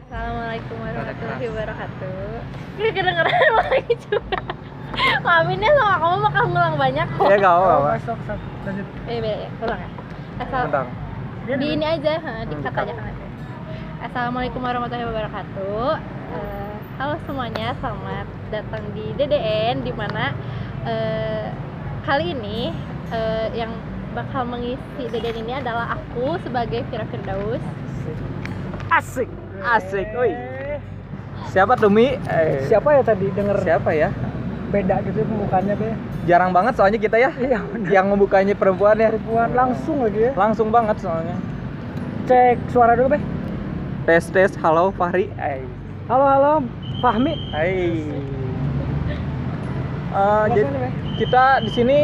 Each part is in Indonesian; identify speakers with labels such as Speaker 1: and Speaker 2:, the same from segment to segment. Speaker 1: Assalamualaikum warahmatullahi wabarakatuh. Gak kedengeran lagi coba. Aminnya sama kamu makan ngulang banyak kok.
Speaker 2: Iya gak apa-apa.
Speaker 3: Sok, sok, lanjut.
Speaker 1: Eh, beda ya, ulang ya. Asal
Speaker 2: Bentar.
Speaker 3: Dia
Speaker 1: di ini aja, ha, di
Speaker 2: Hmm,
Speaker 1: cut
Speaker 2: dekat.
Speaker 1: aja kan. Assalamualaikum warahmatullahi wabarakatuh. Eh, halo semuanya, selamat datang di DDN di mana eh, kali ini eh, yang bakal mengisi DDN ini adalah aku sebagai Vira Firdaus.
Speaker 2: Asik. Asik.
Speaker 3: Eh.
Speaker 2: Oi. Siapa Tumi? Eh,
Speaker 3: Siapa ya tadi denger
Speaker 2: Siapa ya?
Speaker 3: beda gitu pembukaannya be?
Speaker 2: Jarang banget soalnya kita ya
Speaker 3: Iya,
Speaker 2: yang membukanya perempuan ya.
Speaker 3: buat langsung lagi ya.
Speaker 2: Langsung banget soalnya.
Speaker 3: Cek suara dulu be.
Speaker 2: Tes tes, halo Fahri. Eh.
Speaker 3: Halo halo, Fahmi.
Speaker 2: Hai. Eh, jadi
Speaker 3: Langsung, Be.
Speaker 2: kita di sini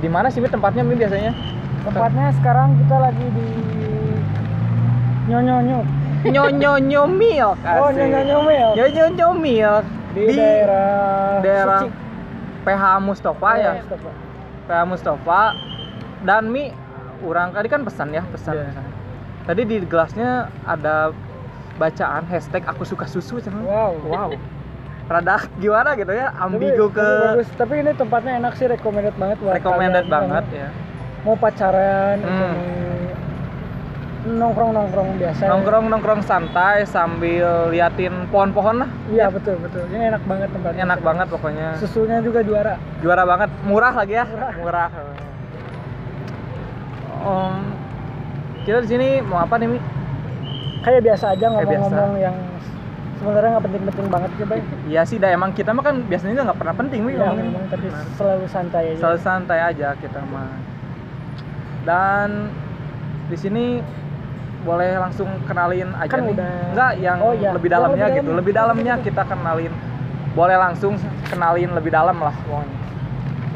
Speaker 2: di mana sih Mi, tempatnya Mi biasanya?
Speaker 3: Tempatnya sekarang kita lagi di nyonyonyo.
Speaker 2: Nyonyonyo Milk.
Speaker 3: Oh nyonyonyo ya.
Speaker 2: Nyonyonyo Milk
Speaker 3: Di, daerah
Speaker 2: daerah
Speaker 3: Suci.
Speaker 2: PH Mustafa ya.
Speaker 3: Mustafa.
Speaker 2: PH Mustafa dan Mi orang tadi kan pesan ya, pesan.
Speaker 3: Iya.
Speaker 2: pesan. Tadi di gelasnya ada bacaan hashtag aku suka susu cuman
Speaker 3: Wow.
Speaker 2: wow rada gimana gitu ya ambigu
Speaker 3: Tapi-
Speaker 2: ke
Speaker 3: tapi bagus. tapi ini tempatnya enak sih recommended banget buat
Speaker 2: recommended
Speaker 3: kalian
Speaker 2: banget
Speaker 3: yang
Speaker 2: ya
Speaker 3: mau pacaran
Speaker 2: Hmm.
Speaker 3: atau nongkrong nongkrong biasa
Speaker 2: nongkrong nongkrong santai sambil liatin pohon-pohon lah
Speaker 3: iya betul betul ini enak banget tempatnya
Speaker 2: enak banget pokoknya
Speaker 3: susunya juga juara
Speaker 2: juara banget murah lagi ya
Speaker 3: Murah.
Speaker 2: murah Om, kita di sini mau apa nih Mi?
Speaker 3: kayak biasa aja
Speaker 2: Kayak
Speaker 3: ngomong-ngomong yang sebenarnya nggak penting-penting banget ya bay
Speaker 2: Iya sih, dah emang kita mah kan biasanya nggak pernah penting Mi
Speaker 3: Iya,
Speaker 2: ngomongin.
Speaker 3: ngomong, tapi
Speaker 2: Benar.
Speaker 3: selalu santai aja
Speaker 2: selalu santai aja kita mah dan di sini boleh langsung kenalin aja
Speaker 3: Kan
Speaker 2: nih
Speaker 3: udah.
Speaker 2: enggak yang
Speaker 3: Oh, iya.
Speaker 2: lebih
Speaker 3: Oh,
Speaker 2: dalamnya
Speaker 3: lebih
Speaker 2: gitu
Speaker 3: dalam.
Speaker 2: lebih dalamnya kita kenalin boleh langsung kenalin lebih dalam lah pokoknya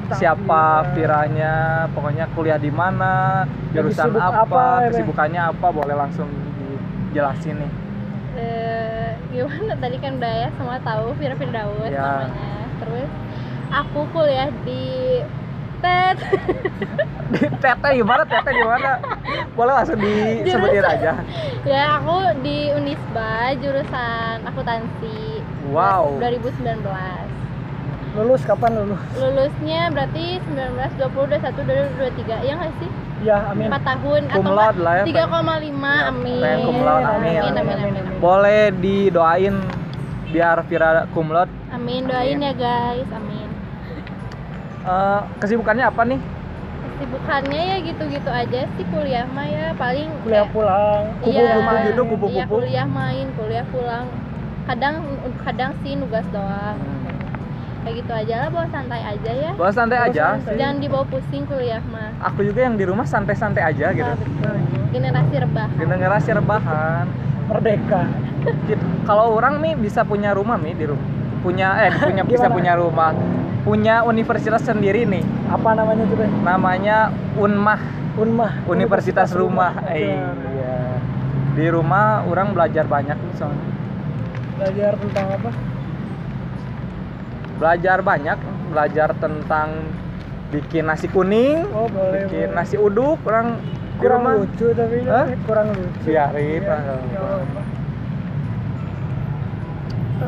Speaker 3: Tentang
Speaker 2: siapa
Speaker 3: Vira.
Speaker 2: Viranya pokoknya kuliah di mana
Speaker 3: Lagi
Speaker 2: jurusan
Speaker 3: sibuk
Speaker 2: apa,
Speaker 3: apa, ya, Bang?
Speaker 2: kesibukannya apa boleh langsung dijelasin nih
Speaker 1: eh gimana tadi kan udah ya semua tahu Fira Firdaus
Speaker 2: Ya.
Speaker 1: namanya terus aku kuliah di TET
Speaker 2: tete gimana tete gimana boleh langsung disebutin aja
Speaker 1: ya aku di Unisba jurusan akuntansi
Speaker 2: Wow.
Speaker 1: 2019
Speaker 3: lulus kapan lulus
Speaker 1: lulusnya berarti 19 20 21 22 ya nggak sih
Speaker 3: ya amin
Speaker 1: 4 tahun
Speaker 2: Cum
Speaker 1: atau
Speaker 2: laude lah ya,
Speaker 1: enggak, 3,5 amin.
Speaker 2: pengen cum laude, amin.
Speaker 1: amin amin amin
Speaker 2: boleh didoain biar Vira kumlot
Speaker 1: amin doain ya guys amin
Speaker 2: Eh, kesibukannya apa nih?
Speaker 1: kesibukannya ya gitu-gitu aja sih kuliah mah ya paling
Speaker 3: kuliah
Speaker 1: kayak-
Speaker 3: pulang
Speaker 1: iya,
Speaker 2: kupu-kupu gitu,
Speaker 1: main.
Speaker 2: kupu-kupu.
Speaker 1: Iya, kuliah main kuliah pulang kadang kadang sih nugas doang
Speaker 2: Hmm.
Speaker 1: kayak gitu aja lah bawa santai aja ya
Speaker 2: Bawa santai
Speaker 3: Bawa
Speaker 2: aja.
Speaker 3: santai.
Speaker 1: jangan dibawa pusing kuliah mah
Speaker 2: Aku juga yang di rumah santai-santai aja gitu.
Speaker 1: Ah, betul. generasi rebah
Speaker 2: Dengar serbahan.
Speaker 3: merdeka
Speaker 2: Gitu. Kalau orang nih bisa punya rumah nih di rumah. Punya eh punya bisa
Speaker 3: Gimana?
Speaker 2: punya rumah. Punya universitas sendiri nih.
Speaker 3: apa namanya tuh bay
Speaker 2: Namanya Unmah,
Speaker 3: unmah
Speaker 2: Universitas Rumah.
Speaker 3: Betul.
Speaker 2: Iya. Di rumah orang belajar banyak nih soalnya.
Speaker 3: belajar tentang apa
Speaker 2: Belajar banyak, belajar tentang bikin nasi kuning,
Speaker 3: oh boleh
Speaker 2: bikin
Speaker 3: boleh.
Speaker 2: nasi uduk orang di
Speaker 3: kurang
Speaker 2: rumah.
Speaker 3: lucu tapi
Speaker 2: Hah?
Speaker 3: eh, kurang lucu
Speaker 2: Biarin,
Speaker 3: Iya,
Speaker 2: lah, nggak
Speaker 3: nggak
Speaker 2: apa-apa.
Speaker 3: apa-apa.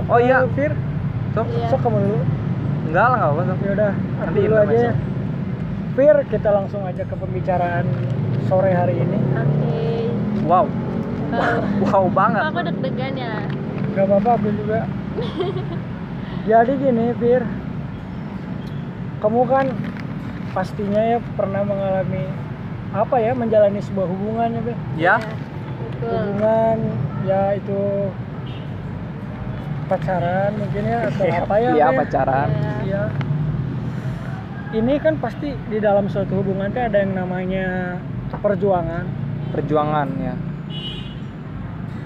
Speaker 2: Oh iya,
Speaker 3: Lalu, Nah, Fir
Speaker 2: Sok,
Speaker 1: Iya.
Speaker 3: sok kamu dulu
Speaker 2: enggak lah enggak apa-apa. Sok.
Speaker 3: ya udah aku
Speaker 2: Nanti
Speaker 3: dulu
Speaker 2: Indra
Speaker 3: aja ya.
Speaker 2: masuk.
Speaker 3: Fir kita langsung aja ke pembicaraan sore hari ini
Speaker 1: oke
Speaker 2: Wow,
Speaker 1: Kalau-
Speaker 2: wow banget.
Speaker 1: aku deg-degan ya
Speaker 3: gak apa-apa aku juga jadi gini Fir kamu kan pastinya ya pernah mengalami apa ya menjalani sebuah hubungan ya Fir
Speaker 1: Iya.
Speaker 2: Ya,
Speaker 1: betul
Speaker 3: hubungan ya itu pacaran mungkin ya atau apa ya
Speaker 2: Iya,
Speaker 3: Fir?
Speaker 2: pacaran.
Speaker 1: Ya.
Speaker 3: Iya. Ini kan pasti di dalam suatu hubungan tuh ada yang namanya perjuangan.
Speaker 2: Perjuangan ya.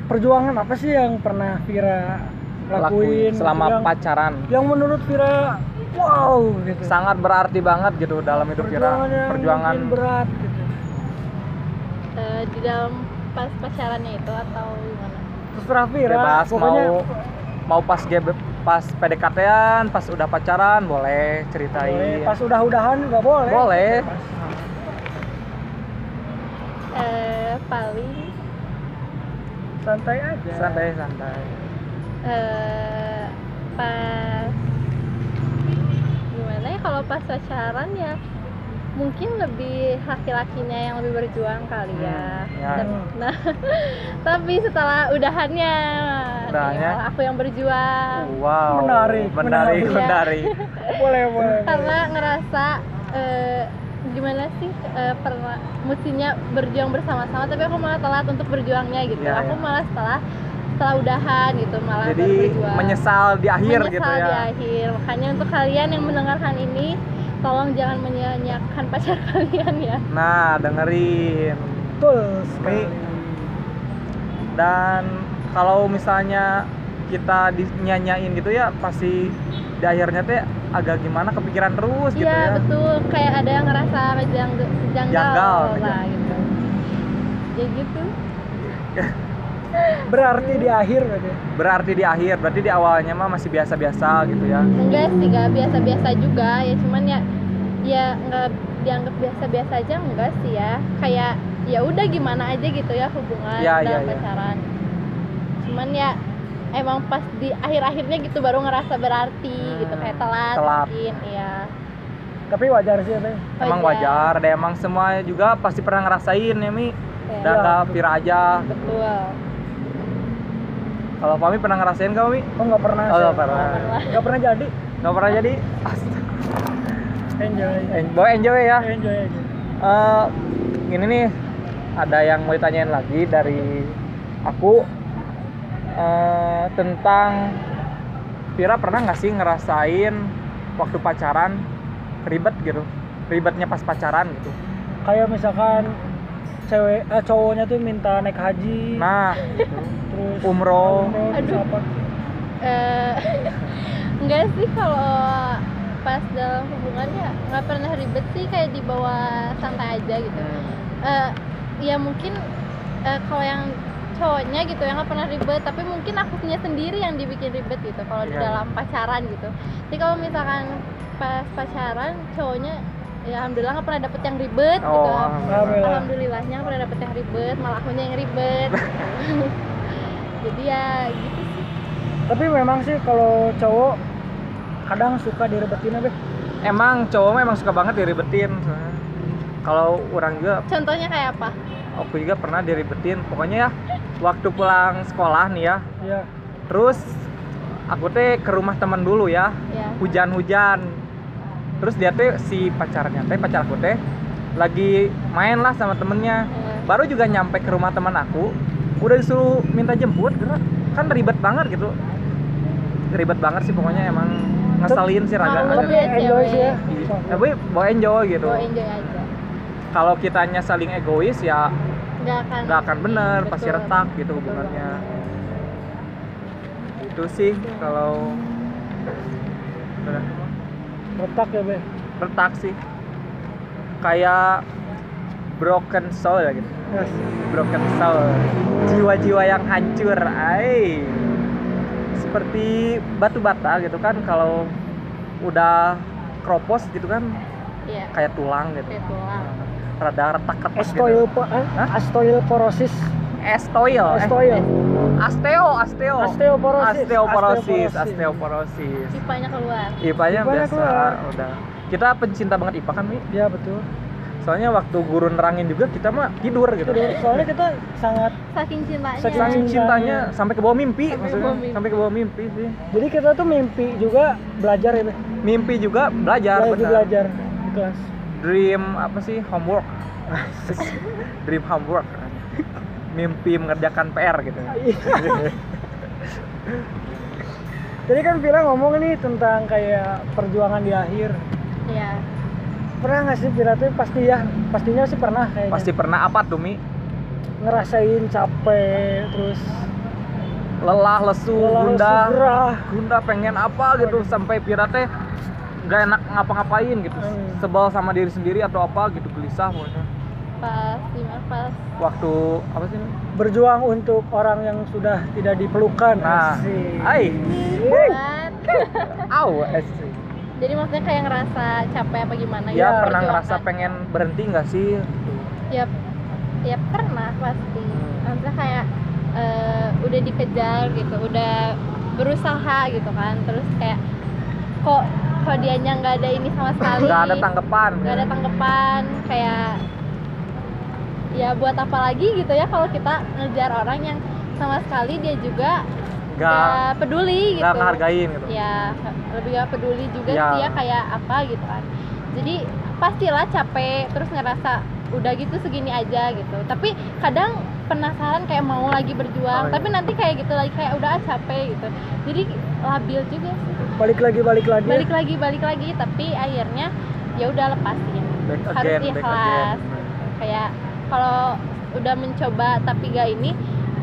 Speaker 3: Perjuangan apa sih yang pernah Vira
Speaker 2: Lakuin
Speaker 3: lakuin
Speaker 2: selama
Speaker 3: gitu yang,
Speaker 2: pacaran.
Speaker 3: yang menurut Vira wow gitu.
Speaker 2: Sangat berarti banget gitu dalam hidup Vira.
Speaker 3: perjuangan yang
Speaker 2: Perjuangan
Speaker 3: mungkin berat gitu.
Speaker 1: Eh, di dalam pas pacarannya itu atau gimana
Speaker 3: Terserah Vira,
Speaker 2: bebas
Speaker 3: pokoknya
Speaker 2: mau mau pas gb pas PDKT-an, pas udah pacaran boleh
Speaker 3: boleh.
Speaker 2: ceritain.
Speaker 3: pas ya. udah-udahan nggak boleh.
Speaker 2: Boleh.
Speaker 1: eh paling
Speaker 3: santai aja
Speaker 2: santai santai
Speaker 1: eh pas gimana ya kalau pas pacaran ya mungkin lebih laki-lakinya yang lebih berjuang kali ya.
Speaker 2: Hmm, ya.
Speaker 1: Tep- Nah, tapi setelah udahannya, nih,
Speaker 2: Udahannya?
Speaker 1: malah aku yang berjuang
Speaker 2: wow
Speaker 3: Menarik,
Speaker 2: menarik
Speaker 3: menarik.
Speaker 2: menarik
Speaker 1: Iya.
Speaker 3: boleh boleh
Speaker 1: karena ngerasa eh, gimana sih eh, pernah mestinya berjuang bersama-sama, tapi aku malah telat untuk berjuangnya gitu.
Speaker 2: Ya,
Speaker 1: aku
Speaker 2: ya.
Speaker 1: malah setelah setelah udahan gitu malah
Speaker 2: jadi
Speaker 1: baru berjuang.
Speaker 2: menyesal di akhir
Speaker 1: menyesal
Speaker 2: gitu ya
Speaker 1: di akhir makanya untuk kalian yang mendengarkan ini tolong jangan menyanyiakan pacar kalian ya
Speaker 2: nah dengerin
Speaker 3: betul sekali
Speaker 2: dan kalau misalnya kita dinyanyain gitu ya pasti di akhirnya teh agak gimana kepikiran terus gitu
Speaker 1: iya
Speaker 2: ya
Speaker 1: betul kayak ada yang ngerasa jang- janggal,
Speaker 2: Janggal, iya.
Speaker 1: lah gitu ya gitu
Speaker 3: berarti di akhir gitu. berarti
Speaker 2: berarti di akhir berarti di awalnya mah masih biasa-biasa gitu ya
Speaker 1: enggak sih gak biasa-biasa juga ya cuman ya ya nggak dianggap biasa-biasa aja enggak sih ya kayak ya udah gimana aja gitu ya hubungan
Speaker 2: Ya, ya,
Speaker 1: dalam
Speaker 2: ya.
Speaker 1: pacaran cuman ya emang pas di akhir-akhirnya gitu baru ngerasa berarti gitu
Speaker 2: Hmm,
Speaker 1: kayak telat,
Speaker 2: telat.
Speaker 1: mungkin iya
Speaker 3: tapi wajar sih Teh.
Speaker 2: emang wajar dan emang semua juga pasti pernah ngerasain ya Mi
Speaker 1: Iya,
Speaker 2: dan nggak pira aja
Speaker 1: betul
Speaker 2: kalau Fami pernah ngerasain kamu Mi
Speaker 3: oh nggak pernah
Speaker 2: Oh,
Speaker 3: sih.
Speaker 2: nggak pernah.
Speaker 3: nggak pernah jadi
Speaker 2: nggak pernah jadi
Speaker 3: enjoy
Speaker 2: bawa enjoy ya
Speaker 3: enjoy aja
Speaker 2: Eh, gini nih ada yang mau ditanyain lagi dari aku eh, tentang Pira pernah nggak sih ngerasain waktu pacaran ribet gitu ribetnya pas pacaran gitu
Speaker 3: kayak misalkan cewek eh, cowoknya tuh minta naik haji
Speaker 2: nah
Speaker 3: terus
Speaker 2: umroh
Speaker 3: terus
Speaker 1: Aduh.
Speaker 3: apa
Speaker 1: Eh, enggak sih kalau pas dalam hubungannya nggak pernah ribet sih kayak dibawa santai aja gitu Eh, ya mungkin eh, kalau yang cowoknya gitu yang nggak pernah ribet tapi mungkin akunya sendiri yang dibikin ribet gitu kalau di
Speaker 2: Iya.
Speaker 1: dalam pacaran gitu jadi kalau misalkan pas pacaran cowoknya ya alhamdulillah nggak pernah dapet yang ribet gitu
Speaker 2: oh
Speaker 3: Alhamdulillah.
Speaker 1: alhamdulillahnya nggak pernah dapet yang ribet malah akunya yang ribet jadi ya gitu sih
Speaker 3: tapi memang sih kalau cowok kadang suka direbetin apa
Speaker 2: emang cowok memang suka banget diribetin sebenarnya. kalau orang juga
Speaker 1: contohnya kayak apa
Speaker 2: aku juga pernah diribetin pokoknya ya waktu pulang sekolah nih ya
Speaker 3: ya
Speaker 2: terus aku teh ke rumah teman dulu ya
Speaker 1: ya
Speaker 2: hujan-hujan terus dia teh si pacarnya teh pacar aku teh lagi main lah sama temennya
Speaker 1: eh,
Speaker 2: baru juga nyampe ke rumah teman aku udah disuruh minta jemput gitu. kan ribet banget gitu ribet banget sih pokoknya emang ngeselin sih raga
Speaker 1: Malu
Speaker 2: ada
Speaker 1: ya.
Speaker 3: enjoy sih ya
Speaker 2: tapi bawa enjoy gitu
Speaker 1: bawa enjoy aja
Speaker 2: kalau kitanya saling egois ya
Speaker 1: nggak akan
Speaker 2: nggak akan bener
Speaker 1: Betul.
Speaker 2: pasti retak gitu
Speaker 1: Betul
Speaker 2: hubungannya
Speaker 1: banget.
Speaker 2: itu sih kalau
Speaker 3: retak ya be
Speaker 2: retak sih kayak broken soul gitu
Speaker 3: yes.
Speaker 2: broken soul jiwa-jiwa yang hancur ay seperti batu bata gitu kan kalau udah kropos gitu kan
Speaker 1: iya
Speaker 2: kayak tulang gitu
Speaker 1: kayak tulang
Speaker 2: rada retak retak
Speaker 3: Estoil
Speaker 2: gitu
Speaker 3: po, eh?
Speaker 2: Hah?
Speaker 3: Astoilporosis.
Speaker 2: estoil eh,
Speaker 3: Estoil.
Speaker 2: asteo asteo osteoporosis
Speaker 3: Osteoporosis. Osteoporosis.
Speaker 2: osteoporosis
Speaker 1: pipanya keluar
Speaker 2: IPA-nya
Speaker 3: IPA-nya
Speaker 2: biasa
Speaker 3: keluar.
Speaker 2: udah kita pencinta banget IPA kan Mi
Speaker 3: Ya betul.
Speaker 2: soalnya waktu guru nerangin juga kita mah tidur gitu
Speaker 3: Tidur. Soalnya kita sangat
Speaker 1: saking cintanya
Speaker 3: Saking
Speaker 2: saking
Speaker 3: cintanya.
Speaker 2: cintanya sampai ke bawah mimpi
Speaker 1: Iya, Sampai ke
Speaker 2: maksudnya
Speaker 1: bawah mimpi.
Speaker 2: sampai ke bawah mimpi sih
Speaker 3: jadi kita tuh mimpi juga belajar ya, Be.
Speaker 2: mimpi juga belajar
Speaker 3: Lagi
Speaker 2: Ya, benar
Speaker 3: belajar di kelas.
Speaker 2: dream apa sih homework dream homework mimpi mengerjakan PR gitu
Speaker 3: Jadi kan Vira ngomong nih tentang kayak perjuangan di akhir.
Speaker 1: iya
Speaker 3: Pernah nggak sih Vira tuh pasti ya, pastinya sih pernah kayaknya.
Speaker 2: pasti pernah apa tuh Mi
Speaker 3: ngerasain capek terus
Speaker 2: lelah lesu
Speaker 3: lelah,
Speaker 2: gundah
Speaker 3: gerah.
Speaker 2: Gunda pengen apa gitu sampai piratnya nggak enak ngapa-ngapain gitu
Speaker 3: Hmm.
Speaker 2: sebel sama diri sendiri atau apa gitu gelisah pokoknya
Speaker 1: pas gimana pas
Speaker 2: waktu apa sih ini?
Speaker 3: berjuang untuk orang yang sudah tidak diperlukan.
Speaker 2: nah
Speaker 3: Asik.
Speaker 2: ai
Speaker 1: buat
Speaker 2: au asik.
Speaker 1: jadi maksudnya kayak ngerasa capek apa gimana
Speaker 2: ya
Speaker 1: gitu,
Speaker 2: pernah
Speaker 1: perjuangan.
Speaker 2: ngerasa pengen berhenti nggak sih Hmm.
Speaker 1: ya ya pernah pasti maksudnya kayak eh, udah dikejar gitu udah berusaha gitu kan terus kayak kok kok dianya nggak ada ini sama sekali
Speaker 2: nggak ada tanggapan
Speaker 1: nggak ada tanggapan kayak ya buat apa lagi gitu ya kalau kita ngejar orang yang sama sekali dia juga
Speaker 2: nggak
Speaker 1: nggak peduli gitu
Speaker 2: nggak ngehargain gitu
Speaker 1: ya lebih gak peduli juga
Speaker 2: Ya.
Speaker 1: sih ya kayak apa gitu kan jadi pastilah capek terus ngerasa udah gitu segini aja gitu tapi kadang penasaran kayak mau lagi berjuang
Speaker 2: Oh, iya.
Speaker 1: tapi nanti kayak gitu lagi kayak udah ah, capek gitu jadi labil juga sih
Speaker 3: balik lagi balik lagi
Speaker 1: balik lagi balik lagi tapi akhirnya ya udah lepasin
Speaker 2: back
Speaker 1: Harus
Speaker 2: again back again
Speaker 1: ikhlas. kayak kalau udah mencoba tapi gak ini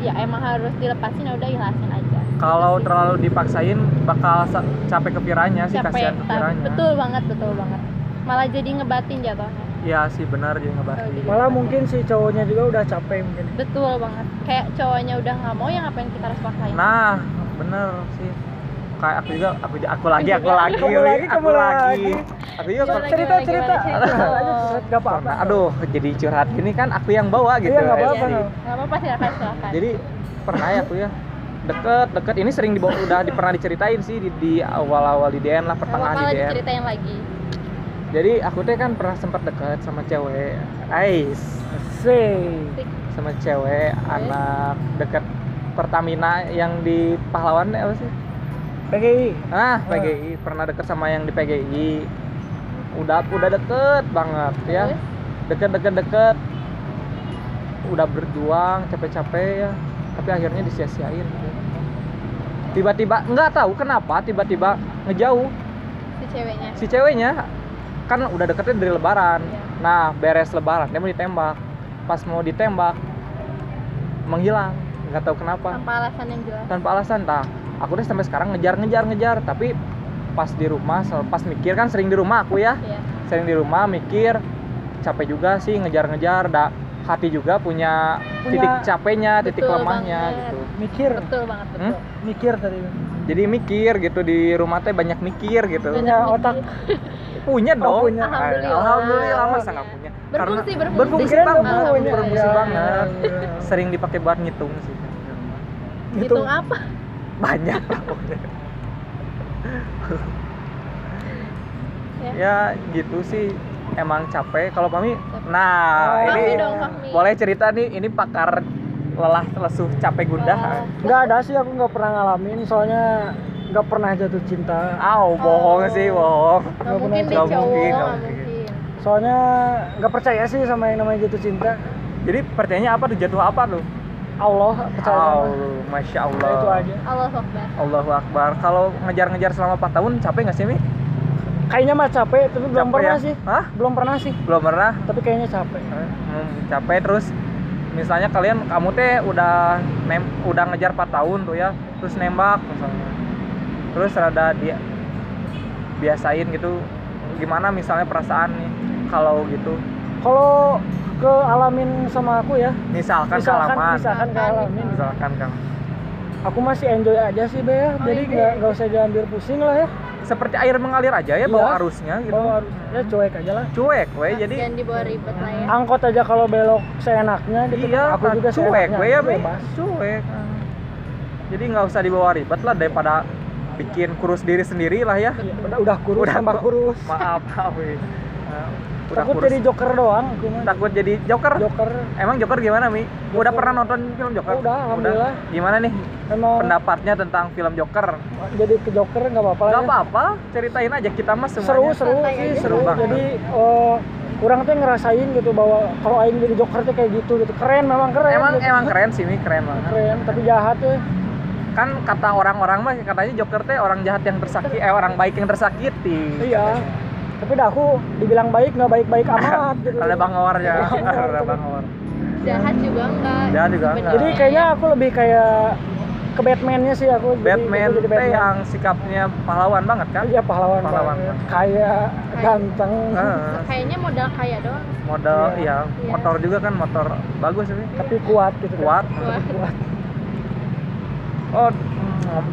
Speaker 1: ya emang harus dilepasin ya udah ikhlasin aja
Speaker 2: kalau
Speaker 1: Gitu sih.
Speaker 2: terlalu dipaksain bakal sa- capek ke piranya sih
Speaker 1: capek
Speaker 2: kasihan ke
Speaker 1: tapi-
Speaker 2: piranya
Speaker 1: betul banget betul banget malah jadi ngebatin jatuhnya gitu.
Speaker 2: iya sih benar jadi ngebahas
Speaker 3: malah mungkin si cowoknya juga udah capek mungkin
Speaker 1: betul banget kayak cowoknya udah nggak mau ya ngapain kita harus paksain
Speaker 2: Nah, bener sih. Kayak aku juga, aku aku lagi, aku lagi,
Speaker 3: Kamu
Speaker 2: Wi,
Speaker 3: lagi,
Speaker 2: aku
Speaker 3: kamu
Speaker 2: lagi.
Speaker 3: lagi.
Speaker 2: Aku juga
Speaker 1: Gimana,
Speaker 2: per-
Speaker 3: cerita
Speaker 1: gimana,
Speaker 3: cerita
Speaker 1: gimana, cerita.
Speaker 3: aja cerita gak apa-apa
Speaker 2: pernah. Aduh, jadi curhat gini kan aku yang bawa gitu.
Speaker 3: nggak
Speaker 2: ya,
Speaker 3: apa-apa,
Speaker 2: sih.
Speaker 3: nggak
Speaker 1: nggak apa-apa silakan silakan
Speaker 2: Jadi pernah ya aku ya deket deket ini sering dibawa udah di- pernah diceritain sih di, di awal awal di DN lah
Speaker 1: nggak apa-apa
Speaker 2: pertengahan
Speaker 1: lah
Speaker 2: di DN
Speaker 1: diceritain lagi
Speaker 2: jadi aku teh kan pernah sempat deket sama cewek Ais
Speaker 3: sih
Speaker 2: sama cewek anak deket Pertamina yang di pahlawan apa sih
Speaker 3: PGI
Speaker 2: Ah,
Speaker 3: Eh.
Speaker 2: PGI pernah deket sama yang di PGI. Udah udah deket banget ya.
Speaker 1: Terus?
Speaker 2: Deket deket deket. Udah berjuang capek-capek ya. Tapi akhirnya disia-siain. gitu. Tiba-tiba nggak tahu kenapa tiba-tiba ngejauh
Speaker 1: si ceweknya
Speaker 2: si ceweknya kan udah deketnya dari lebaran.
Speaker 1: Iya.
Speaker 2: Nah, beres lebaran dia mau ditembak. Pas mau ditembak menghilang. Nggak tahu kenapa
Speaker 1: tanpa alasan yang jelas
Speaker 2: tanpa alasan tah aku tuh sampai sekarang ngejar ngejar ngejar tapi pas di rumah sel- pas mikir kan sering di rumah aku ya
Speaker 1: ya
Speaker 2: sering di rumah mikir capek juga sih ngejar ngejar da hati juga punya,
Speaker 3: Punya-
Speaker 2: titik capeknya titik
Speaker 1: Betul
Speaker 2: lemahnya
Speaker 1: banget.
Speaker 2: gitu
Speaker 3: mikir
Speaker 1: betul banget
Speaker 2: Hmm?
Speaker 1: betul
Speaker 3: mikir tadi
Speaker 2: jadi mikir gitu di rumah teh banyak mikir gitu
Speaker 1: Bener.
Speaker 3: punya otak
Speaker 2: punya dong Nah,
Speaker 3: Oh, punya.
Speaker 1: Alhamdulillah.
Speaker 2: alhamdulillah masa nggak punya
Speaker 1: berfungsi berfungsi
Speaker 2: berfungsi
Speaker 3: Kirain
Speaker 2: banget,
Speaker 3: kamu punya.
Speaker 2: berfungsi
Speaker 3: Ya,
Speaker 2: banget.
Speaker 3: ya, ya.
Speaker 2: sering dipakai buat ngitung sih
Speaker 3: Gitu.
Speaker 1: hitung apa
Speaker 2: banyak lah pokoknya.
Speaker 1: Ya.
Speaker 2: ya gitu sih emang capek kalau Pami
Speaker 1: Capek.
Speaker 2: nah
Speaker 3: Oh.
Speaker 2: ini
Speaker 1: Fahmi dong Fahmi
Speaker 2: boleh cerita nih ini pakar lelah lesuh capek gundah
Speaker 3: nggak ada sih aku nggak pernah ngalamin soalnya nggak pernah jatuh cinta
Speaker 2: aw bohong
Speaker 3: Oh.
Speaker 2: sih bohong
Speaker 1: nggak mungkin deh
Speaker 2: Nggak
Speaker 1: cowok
Speaker 2: mungkin, nggak
Speaker 1: nggak
Speaker 2: mungkin.
Speaker 1: mungkin
Speaker 3: soalnya nggak percaya sih sama yang namanya jatuh cinta
Speaker 2: jadi percayanya apa tuh jatuh apa tuh
Speaker 3: Allah percaya
Speaker 2: aw
Speaker 3: sama.
Speaker 2: masya
Speaker 3: Nah, itu
Speaker 2: Allah
Speaker 3: aja
Speaker 1: Allah sokbat
Speaker 2: Allahu Akbar kalau ngejar-ngejar selama 4 tahun capek nggak sih Mi
Speaker 3: kayaknya mah capek tapi belum
Speaker 2: Capek
Speaker 3: pernah
Speaker 2: ya?
Speaker 3: sih
Speaker 2: Hah?
Speaker 3: belum pernah sih
Speaker 2: belum pernah
Speaker 3: tapi kayaknya capek
Speaker 2: Hmm, capek terus misalnya kalian kamu teh udah nem udah ngejar 4 tahun tuh ya terus nembak misalnya terus rada dia biasain gitu gimana misalnya perasaan nih kalau gitu
Speaker 3: kalau ke alamin sama aku ya
Speaker 2: misalkan
Speaker 3: misalkan
Speaker 2: salaman
Speaker 3: misalkan ke
Speaker 1: Salaman,
Speaker 3: alamin
Speaker 1: misalkan.
Speaker 2: misalkan kang
Speaker 3: aku masih enjoy aja sih be ya
Speaker 1: Oh,
Speaker 3: jadi
Speaker 1: enjoy.
Speaker 3: nggak nggak usah diambil pusing lah ya
Speaker 2: seperti air mengalir aja ya bawa
Speaker 3: Iya.
Speaker 2: arusnya gitu
Speaker 3: Bawa harus ya cuek aja lah
Speaker 2: cuek weh Eh, jadi
Speaker 1: jangan dibawa ribet lah ya
Speaker 3: angkot aja kalau belok seenaknya gitu
Speaker 2: iya
Speaker 3: aku juga iya,
Speaker 2: cuek
Speaker 3: seenaknya,
Speaker 2: weh ya
Speaker 3: aku
Speaker 2: Be.
Speaker 3: bebas.
Speaker 2: cuek jadi nggak usah dibawa ribet lah daripada bikin kurus diri sendiri lah ya
Speaker 3: Iya, udah, udah kurus
Speaker 2: Udah
Speaker 3: tambah
Speaker 2: ku-
Speaker 3: kurus
Speaker 2: maaf maaf weh. Nah, udah
Speaker 3: takut
Speaker 2: kurus
Speaker 3: jadi joker doang aku mah
Speaker 2: takut jadi joker
Speaker 3: joker
Speaker 2: emang joker gimana mi udah
Speaker 3: Joker.
Speaker 2: pernah nonton film joker
Speaker 3: Udah, alhamdulillah. Oh.
Speaker 2: gimana nih
Speaker 3: emang
Speaker 2: pendapatnya tentang film joker
Speaker 3: jadi ke joker nggak apa-apa lah
Speaker 2: nggak
Speaker 3: ya.
Speaker 2: apa-apa ceritain aja kita mas
Speaker 3: seru
Speaker 2: semuanya
Speaker 3: seru
Speaker 1: Santai
Speaker 3: sih
Speaker 1: aja.
Speaker 3: seru
Speaker 2: Seru banget.
Speaker 3: jadi eh, kurang tuh ngerasain gitu bahwa kalau Aing jadi joker tuh kayak gitu gitu keren memang keren
Speaker 2: emang
Speaker 3: gitu.
Speaker 2: emang keren sih mi keren banget
Speaker 3: keren tapi jahat ya
Speaker 2: kan kata orang-orang mah katanya joker teh orang jahat yang tersakiti eh orang baik yang tersakiti
Speaker 3: iya tapi dah aku dibilang baik nggak baik baik amat gitu
Speaker 2: ada bangawarnya
Speaker 3: Bangor.
Speaker 2: ada bangawar
Speaker 1: jahat juga enggak
Speaker 2: Jahat juga enggak.
Speaker 3: jadi kayaknya aku lebih kayak ke Batman-nya sih aku jadi-
Speaker 2: Batman
Speaker 3: aku jadi
Speaker 2: teh yang sikapnya pahlawan banget kan
Speaker 3: Iya pahlawan,
Speaker 2: Pahlawan.
Speaker 3: banget. kayak ganteng
Speaker 2: Eh,
Speaker 1: kayaknya modal kaya doang
Speaker 2: modal
Speaker 3: Iya.
Speaker 2: ya
Speaker 1: Iya.
Speaker 2: motor juga kan motor bagus sih Mi.
Speaker 3: tapi kuat gitu kan.
Speaker 2: kuat
Speaker 1: Wah.
Speaker 3: kuat
Speaker 1: Iya.
Speaker 2: Oh, mm,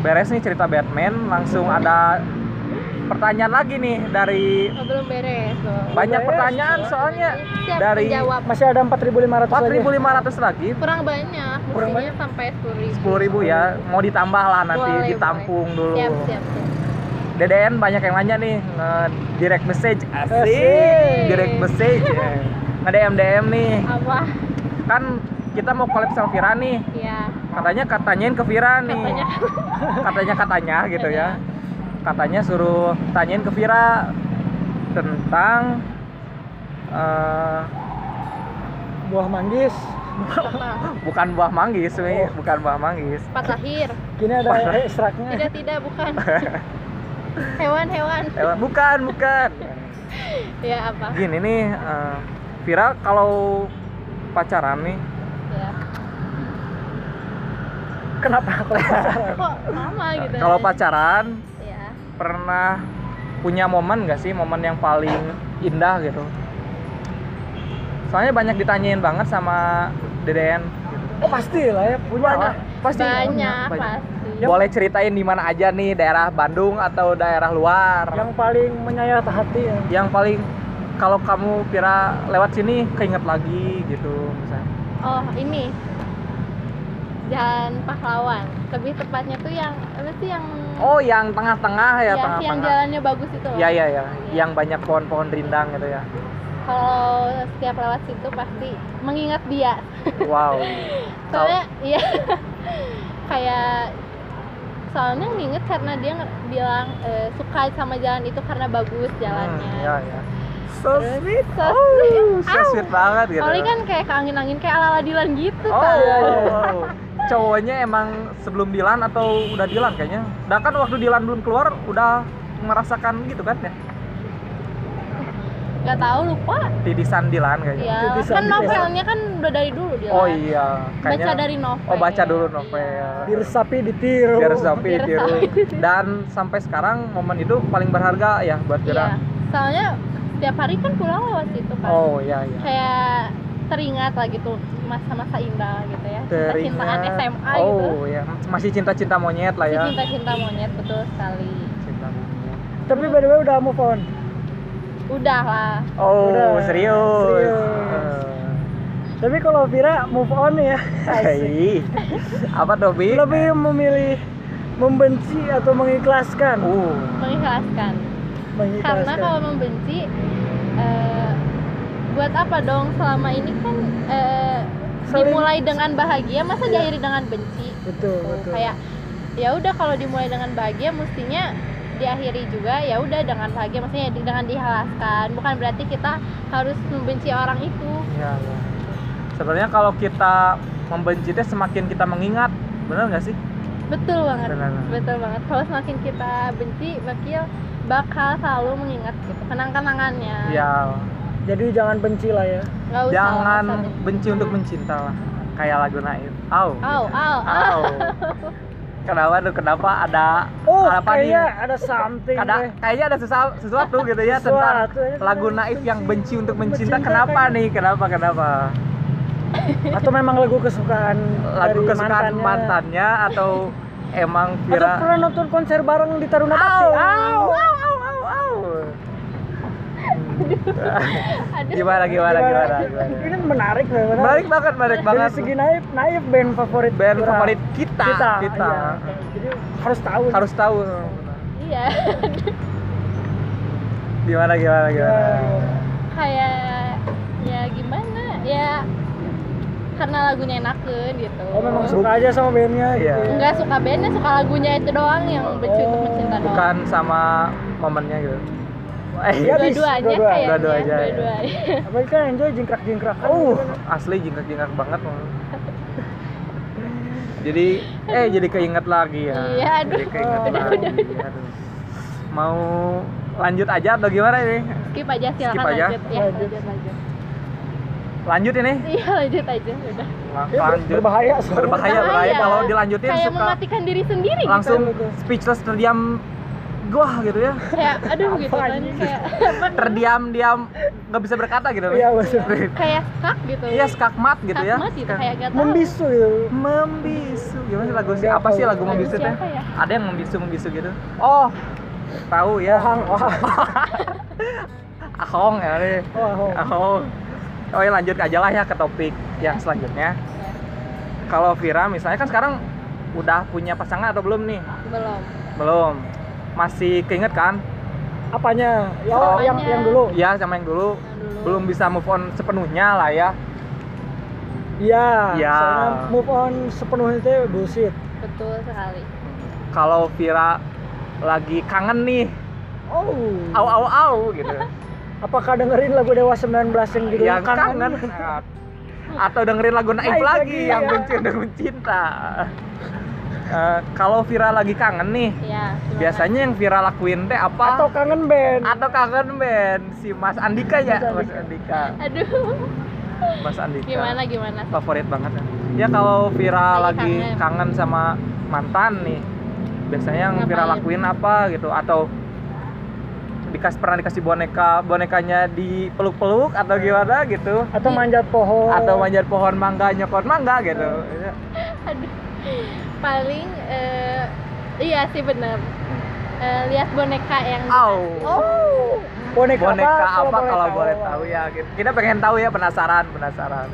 Speaker 2: beres nih cerita Batman, langsung ada pertanyaan lagi nih dari
Speaker 1: Oh, belum beres loh.
Speaker 2: banyak
Speaker 3: Beres,
Speaker 2: pertanyaan
Speaker 3: soalnya.
Speaker 1: Iya,
Speaker 2: soalnya
Speaker 1: Siap
Speaker 2: dari
Speaker 1: menjawab.
Speaker 3: Masih ada 4.500 aja.
Speaker 2: 4.500 lagi
Speaker 1: Kurang banyak,
Speaker 3: Kurang
Speaker 1: mestinya sampai 10.000.
Speaker 2: 10.000 ya mau ditambah lah nanti
Speaker 1: Boleh,
Speaker 2: ditampung dulu
Speaker 1: Siap, siap, siap.
Speaker 2: DDN banyak yang nanya nih nge- direct message asik
Speaker 3: Asik.
Speaker 2: direct message nge DM DM nih
Speaker 1: Apa?
Speaker 2: kan kita mau collab sama Vira nih
Speaker 1: Ya,
Speaker 2: katanya katanyain ke Vira nih
Speaker 1: katanya
Speaker 2: katanya katanya gitu ya katanya suruh tanyain ke Vira tentang eh,
Speaker 3: Buah manggis.
Speaker 1: apa?
Speaker 2: bukan buah manggis Mi.
Speaker 1: Oh.
Speaker 2: bukan buah manggis
Speaker 1: Patahir.
Speaker 3: Gini ada ekstraknya.
Speaker 1: Tidak, tidak, bukan. Hewan, hewan.
Speaker 2: Eh, bukan bukan
Speaker 1: Ya, apa?
Speaker 2: gini nih eh, Vira kalau pacaran nih
Speaker 1: Ya.
Speaker 3: Kenapa kalau pacaran?
Speaker 1: Kok lama gitu?
Speaker 2: kalau pacaran
Speaker 1: Ya.
Speaker 2: pernah punya momen gak sih momen yang paling indah gitu soalnya banyak ditanyain banget sama DDN
Speaker 3: Oh, pasti lah ya punya. lah.
Speaker 2: pasti
Speaker 1: banyak, pasti.
Speaker 2: boleh ceritain di mana aja nih daerah Bandung atau daerah luar yang,
Speaker 3: Yang paling menyayat hati ya.
Speaker 2: paling kalau kamu Pira lewat sini keinget lagi gitu misalnya
Speaker 1: Oh, ini. Jalan Pahlawan. Lebih tepatnya tuh yang apa sih yang
Speaker 2: oh yang tengah-tengah ya
Speaker 1: Iya, yang, yang
Speaker 2: tengah-tengah
Speaker 1: jalannya bagus itu. loh.
Speaker 2: ya ya ya yang banyak pohon-pohon rindang gitu ya
Speaker 1: Kalau setiap lewat situ pasti mengingat dia.
Speaker 2: wow
Speaker 1: Soalnya iya. kayak soalnya nginget karena dia nge- bilang eh, suka sama jalan itu karena bagus jalannya.
Speaker 2: Hmm, ya, ya. so
Speaker 1: Terus,
Speaker 2: sweet
Speaker 1: so
Speaker 2: oh,
Speaker 1: sweet.
Speaker 2: so
Speaker 1: Au.
Speaker 2: sweet banget gitu
Speaker 1: Paling kan kayak ke angin-angin kayak ala Dilan gitu
Speaker 2: Oh,
Speaker 1: kan.
Speaker 2: cowoknya emang sebelum Dilan atau udah Dilan kayaknya? Dan kan waktu Dilan belum keluar udah merasakan gitu kan ya?
Speaker 1: Gak tahu lupa.
Speaker 2: Iya, Tidisan Dilan kayaknya.
Speaker 1: Ya,
Speaker 3: Titisan
Speaker 1: kan
Speaker 3: dia.
Speaker 1: novelnya kan udah dari dulu dia.
Speaker 2: iya.
Speaker 1: kan.
Speaker 2: Oh iya, kayaknya.
Speaker 1: Baca dari novel.
Speaker 2: Oh baca dulu
Speaker 1: Iya.
Speaker 2: novel.
Speaker 3: Diresapi ditiru.
Speaker 2: Biar sapi
Speaker 1: Biar
Speaker 2: ditiru. Dan sampai sekarang momen itu paling berharga ya buat
Speaker 1: Iya.
Speaker 2: Dilan.
Speaker 1: Soalnya setiap hari kan pulang lewat situ kan.
Speaker 2: Oh iya iya.
Speaker 1: Kayak teringat lah gitu masa-masa indah gitu ya. Cinta-cintaan
Speaker 2: Teringat.
Speaker 1: SMA gitu.
Speaker 2: Oh iya, masih cinta-cinta monyet lah
Speaker 1: Itu
Speaker 2: ya.
Speaker 1: Cinta-cinta monyet betul sekali.
Speaker 2: Cinta monyet.
Speaker 3: Tapi by the way udah move on.
Speaker 1: Udah lah.
Speaker 2: Oh,
Speaker 3: Udah,
Speaker 2: serius.
Speaker 3: serius. Tapi kalau Vira move on ya. asik.
Speaker 2: Eh, ih. Apa tuh, Bi?
Speaker 3: Lebih memilih membenci atau mengikhlaskan.
Speaker 2: Uh.
Speaker 1: Mengikhlaskan. Karena
Speaker 3: Mengikhlaskan.
Speaker 1: kalau membenci eh, buat apa dong selama ini kan eh,
Speaker 3: Saling- Iya.
Speaker 1: dimulai dengan bahagia masa diakhiri dengan benci.
Speaker 3: Betul,
Speaker 1: Tuh,
Speaker 3: betul.
Speaker 1: Oh, kayak ya udah kalau dimulai dengan bahagia mestinya diakhiri juga ya udah dengan bahagia maksudnya di- dengan dihalaskan bukan berarti kita harus membenci orang itu
Speaker 2: Iya. iya. Sebenarnya kalau kita membenci teh semakin kita mengingat, benar nggak sih?
Speaker 1: betul banget
Speaker 2: Benar.
Speaker 1: betul banget kalau semakin kita benci bakal bakal selalu mengingat gitu kenang-kenangannya
Speaker 3: Nah,
Speaker 2: Iya.
Speaker 3: Jadi jangan benci lah ya.
Speaker 1: nggak usah
Speaker 2: Jangan
Speaker 1: nggak usah benci.
Speaker 2: benci untuk mencinta lah. Kayak lagu Naif. Au.
Speaker 1: au au au
Speaker 2: Au. Kenapa tuh? Kenapa ada
Speaker 3: Oh,
Speaker 2: Apa
Speaker 3: kayaknya ada something
Speaker 2: kada,
Speaker 3: deh.
Speaker 2: kayaknya ada sesa- sesuatu gitu ya
Speaker 3: Sesuatu,
Speaker 2: tentang
Speaker 3: ya,
Speaker 2: lagu
Speaker 3: tentang
Speaker 2: Naif yang benci untuk
Speaker 3: mencinta
Speaker 2: mencinta. Kenapa
Speaker 3: kayaknya.
Speaker 2: nih? Kenapa? Kenapa?
Speaker 3: Atau memang lagu kesukaan
Speaker 2: Lagu
Speaker 3: dari
Speaker 2: kesukaan
Speaker 3: mantannya.
Speaker 2: mantannya atau emang
Speaker 3: Atau
Speaker 2: Vira?
Speaker 3: pernah nonton konser bareng di Taruna Bakti.
Speaker 2: Au, au, au, au, au, au.
Speaker 1: Aduh.
Speaker 2: gimana gimana gimana gimana
Speaker 3: Ini menarik loh, menarik.
Speaker 2: menarik banget menarik banget
Speaker 3: Dari segi naif, naif band favorit
Speaker 2: band
Speaker 3: Vira.
Speaker 2: favorit kita
Speaker 3: kita,
Speaker 2: kita,
Speaker 3: iya. Jadi harus tahu.
Speaker 2: harus tahu
Speaker 1: iya
Speaker 2: gimana gimana
Speaker 3: Iya,
Speaker 2: gimana
Speaker 1: kayak ya gimana ya karena lagunya enakeun gitu
Speaker 3: Oh memang suka aja sama bandnya
Speaker 2: Iya.
Speaker 3: gitu.
Speaker 1: nggak suka bandnya suka lagunya itu doang yang benci untuk
Speaker 3: Oh,
Speaker 1: mencinta doang
Speaker 2: bukan sama momennya gitu eh
Speaker 3: Iya, bisa.
Speaker 1: dua-duanya
Speaker 3: dua-duanya.
Speaker 1: kayaknya
Speaker 2: Dua-duanya, ya.
Speaker 1: dua-duanya.
Speaker 3: Apalagi kan enjoy jingkrak-jingkrakan. gitu kan.
Speaker 2: uh asli jingkrak jingkrak banget loh. jadi eh jadi keinget lagi ya
Speaker 1: Iya, aduh.
Speaker 2: jadi keinget
Speaker 3: Udah,
Speaker 2: lagi Aduh. mau lanjut aja atau gimana ini
Speaker 1: skip aja silakan
Speaker 2: Skip aja.
Speaker 1: lanjut ya
Speaker 3: Lanjut.
Speaker 1: lanjut lanjut
Speaker 2: lanjut ini
Speaker 1: iya lanjut aja udah
Speaker 3: Ya, ber-
Speaker 2: lanjut
Speaker 3: berbahaya soalnya.
Speaker 2: berbahaya berbahaya kalau dilanjutin
Speaker 1: kayak
Speaker 2: suka
Speaker 1: mematikan diri sendiri
Speaker 2: langsung
Speaker 3: gitu.
Speaker 2: speechless terdiam gua gitu ya
Speaker 1: gitu kayak aduh gitu
Speaker 3: Apaan
Speaker 1: kan
Speaker 3: sih?
Speaker 1: kayak
Speaker 2: terdiam diam nggak bisa berkata gitu
Speaker 3: Iya, betul.
Speaker 1: kayak stuck gitu
Speaker 2: iya skakmat gitu ya
Speaker 1: Stuck banget gitu,
Speaker 2: Skak-
Speaker 1: kayak gak tahu
Speaker 3: Membisu gitu.
Speaker 2: membisu gimana sih lagu sih
Speaker 3: Nggak
Speaker 2: apa
Speaker 3: tahu.
Speaker 2: sih lagu
Speaker 1: Lagu
Speaker 2: membisu teh
Speaker 1: siapa ya?
Speaker 2: ada yang membisu membisu gitu oh tahu ya
Speaker 3: Ohang, ohang.
Speaker 2: ahong ya ini.
Speaker 3: Oh, oh.
Speaker 2: ahong oh ya lanjut aja lah ya ke topik yang selanjutnya kalau Vira misalnya kan sekarang udah punya pasangan atau belum nih
Speaker 1: belum
Speaker 2: belum masih keinget kan
Speaker 3: Apanya? Ya,
Speaker 2: Oh.
Speaker 3: yang yang dulu.
Speaker 2: ya sama yang dulu
Speaker 1: yang dulu
Speaker 2: belum bisa move on sepenuhnya lah ya
Speaker 3: Iya.
Speaker 2: Ya.
Speaker 3: Soalnya move on sepenuhnya itu bullshit.
Speaker 1: betul sekali
Speaker 2: kalau Vira lagi kangen nih
Speaker 3: Oh.
Speaker 2: au au au gitu
Speaker 3: Apakah dengerin lagu Dewa 19 yang
Speaker 2: yang
Speaker 3: judulnya
Speaker 2: kangen Nah, atau dengerin lagu naif
Speaker 3: Naif
Speaker 2: lagi iya.
Speaker 3: lagi,
Speaker 2: yang
Speaker 3: ya.
Speaker 2: benci dengan cinta Eh, kalau Vira lagi kangen nih
Speaker 1: ya gimana?
Speaker 2: biasanya yang Vira lakuin teh apa
Speaker 3: Atau kangen band?
Speaker 2: Atau kangen band si Mas Andika ya
Speaker 3: Mas
Speaker 2: Mas Andika
Speaker 1: aduh
Speaker 2: Mas Andika
Speaker 1: gimana gimana
Speaker 2: favorit banget ya ya kalau
Speaker 1: Lagi
Speaker 2: Vira lagi
Speaker 1: kangen.
Speaker 2: kangen. sama mantan nih biasanya yang Vira
Speaker 1: Ngapain?
Speaker 2: lakuin apa gitu atau dikas pernah dikasih boneka bonekanya dipeluk-peluk atau gimana gitu
Speaker 3: Atau manjat pohon?
Speaker 2: atau manjat pohon mangga nyokot mangga gitu Ya.
Speaker 1: paling eh, iya sih bener Eh, lihat boneka yang
Speaker 2: Au.
Speaker 3: Oh. Boneka,
Speaker 2: boneka apa,
Speaker 3: apa
Speaker 2: kalau boleh tahu ya gitu. kita pengen tahu ya penasaran penasaran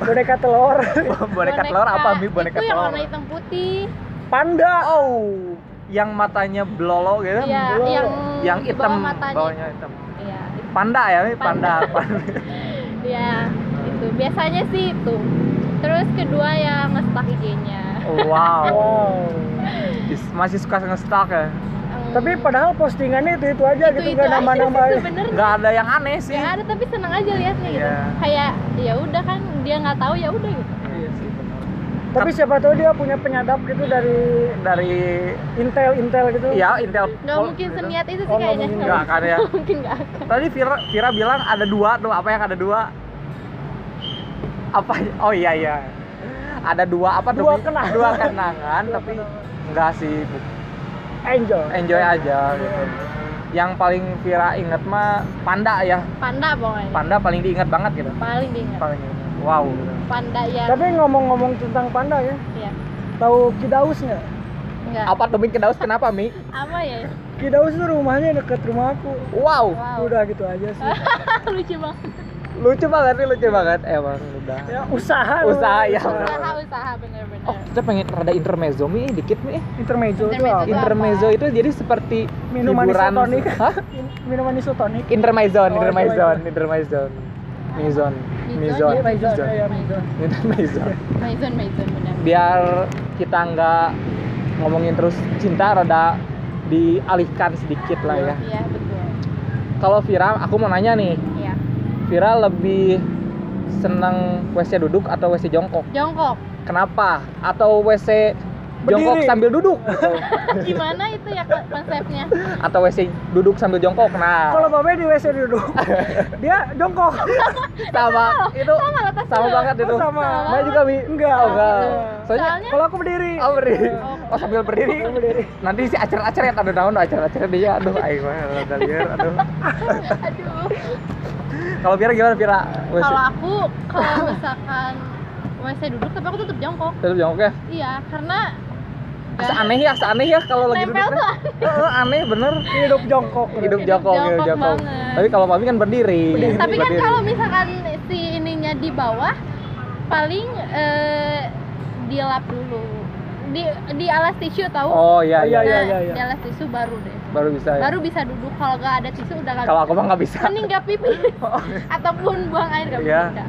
Speaker 3: Boneka telur.
Speaker 2: boneka telur apa mi boneka
Speaker 1: itu yang
Speaker 2: telur
Speaker 1: warna hitam putih
Speaker 3: Panda.
Speaker 2: Oh, yang matanya blolo gitu.
Speaker 1: Iya,
Speaker 3: belum.
Speaker 1: yang
Speaker 2: Yang
Speaker 1: di
Speaker 2: hitam,
Speaker 1: bawah matanya
Speaker 2: bawahnya hitam.
Speaker 1: iya itu-
Speaker 2: Panda ya, ini panda. panda.
Speaker 1: iya itu biasanya sih itu terus kedua yang ngestak IG-nya
Speaker 2: Oh, wow.
Speaker 3: Wow.
Speaker 2: Is- Masih suka ngestalk ya.
Speaker 1: Em,
Speaker 3: Tapi padahal postingannya itu itu aja gitu
Speaker 1: itu aja
Speaker 3: nggak
Speaker 1: sih
Speaker 3: nambah-nambahin.
Speaker 1: sebenarnya
Speaker 2: Nggak ada yang aneh sih.
Speaker 1: nggak ada tapi seneng aja liatnya gitu
Speaker 2: Iya.
Speaker 1: kayak ya udah kan dia nggak tahu ya udah gitu
Speaker 2: Iya sih, benar.
Speaker 3: Tapi siapa tahu dia punya penyadap gitu dari
Speaker 2: Dari
Speaker 3: intel intel gitu.
Speaker 2: ya Intel.
Speaker 1: nggak mungkin seniat itu sih
Speaker 3: Oh, nggak
Speaker 1: kayaknya
Speaker 3: mungkin,
Speaker 2: Enggak kan ya.
Speaker 1: mungkin nggak akan
Speaker 2: Tadi Vira, Vira bilang ada dua tuh, apa yang ada dua? Apa? Oh iya iya. Ada dua apa tuh?
Speaker 3: Dua
Speaker 2: Mi?
Speaker 3: kenangan.
Speaker 2: Dua kenangan,
Speaker 3: Dua
Speaker 2: tapi
Speaker 3: kenangan.
Speaker 2: enggak sih, bu-
Speaker 3: Enjoy.
Speaker 2: enjoy aja gitu. Yang paling Vira inget mah panda ya.
Speaker 1: panda pokoknya
Speaker 2: Panda paling diingat banget gitu.
Speaker 1: paling diingat
Speaker 2: Paling wow. gitu.
Speaker 1: panda yang
Speaker 3: Tapi ngomong-ngomong tentang panda ya,
Speaker 1: ya
Speaker 3: tahu Kidaus nggak?
Speaker 1: enggak
Speaker 2: Apa demi kedaus kenapa Mi?
Speaker 1: apa ya
Speaker 3: Kidaus tuh rumahnya deket rumah aku.
Speaker 2: Wow.
Speaker 1: wow
Speaker 3: Udah gitu aja sih.
Speaker 1: lucu banget
Speaker 2: Lucu banget nih, lucu banget emang udah.
Speaker 3: ya usaha.
Speaker 2: Usaha, ya.
Speaker 1: usaha usaha bener-bener
Speaker 2: Oh, kita pengen rada intermezzo Mi, dikit Mi.
Speaker 3: Intermezzo tuh
Speaker 1: Intermezzo
Speaker 3: apa?
Speaker 1: tuh
Speaker 2: Intermezzo itu jadi seperti
Speaker 3: Minuman
Speaker 2: hiburan.
Speaker 3: isotonik.
Speaker 2: Hah?
Speaker 3: In- Minuman isotonik.
Speaker 2: Iya, Intermezzo,
Speaker 3: Oh,
Speaker 2: intermezzo,
Speaker 3: itu, itu.
Speaker 2: intermezzo. Mizon,
Speaker 1: Mizon,
Speaker 2: mizon,
Speaker 1: iya,
Speaker 3: Mezzo,
Speaker 2: mizon,
Speaker 3: ya, ya, Mezzo.
Speaker 2: intermezzo.
Speaker 1: Maison Maison bener
Speaker 2: Biar kita nggak ngomongin terus cinta rada dialihkan sedikit lah ya.
Speaker 1: iya betul
Speaker 2: Kalau Vira, aku mau nanya nih.
Speaker 1: iya
Speaker 2: Vira lebih seneng WC duduk atau WC jongkok?
Speaker 1: jongkok
Speaker 2: Kenapa? Atau WC jongkok
Speaker 3: Berdiri.
Speaker 2: sambil duduk? gitu?
Speaker 1: gimana itu ya konsepnya
Speaker 2: atau WC duduk sambil jongkok? Nah,
Speaker 3: Kalau babe di WC duduk, dia jongkok.
Speaker 2: sama itu
Speaker 1: sama letak
Speaker 2: sama
Speaker 1: dulu.
Speaker 2: banget itu.
Speaker 3: Oh, sama.
Speaker 2: Mana juga bi?
Speaker 3: Enggak.
Speaker 2: Oh, enggak.
Speaker 1: Soalnya-
Speaker 2: Soalnya
Speaker 3: Kalau aku berdiri.
Speaker 2: oh, berdiri.
Speaker 1: Oh.
Speaker 2: Oh, sambil berdiri.
Speaker 3: Aku berdiri.
Speaker 2: Nanti si acer-acer ya aduh naon acer-acer dia aduh aing mah rada liar aduh.
Speaker 1: aduh
Speaker 2: Kalau Vira gimana Vira? WC
Speaker 1: kalau aku kalau misalkan WC duduk tapi aku tetap jongkok
Speaker 2: tetap jongkoknya?
Speaker 1: iya karena Kan?
Speaker 2: ya? Asa aneh ya, asa aneh ya kalau
Speaker 1: Iya.
Speaker 2: lagi
Speaker 1: Nempel
Speaker 2: duduk.
Speaker 1: tuh.
Speaker 2: Heeh, aneh bener.
Speaker 3: Hidup jongkok.
Speaker 2: Hidup
Speaker 1: Hidup
Speaker 2: jongkok, hidup
Speaker 1: jongkok
Speaker 2: jongkok.
Speaker 1: banget.
Speaker 2: Tapi kalau Mami kan berdiri.
Speaker 1: tapi kan
Speaker 2: Berdiri.
Speaker 1: kalau misalkan si ininya di bawah paling eh, dilap dulu di di alas tisu tahu
Speaker 2: Oh iya iya
Speaker 3: Oh, iya,
Speaker 1: Nah,
Speaker 3: iya, iya.
Speaker 1: di alas tisu baru deh
Speaker 2: baru bisa ya.
Speaker 1: baru bisa duduk kalau nggak ada tisu udah nggak
Speaker 2: Kalau aku mah nggak bisa.
Speaker 1: mending nggak pipis ataupun buang air nggak
Speaker 2: Iya.
Speaker 1: bisa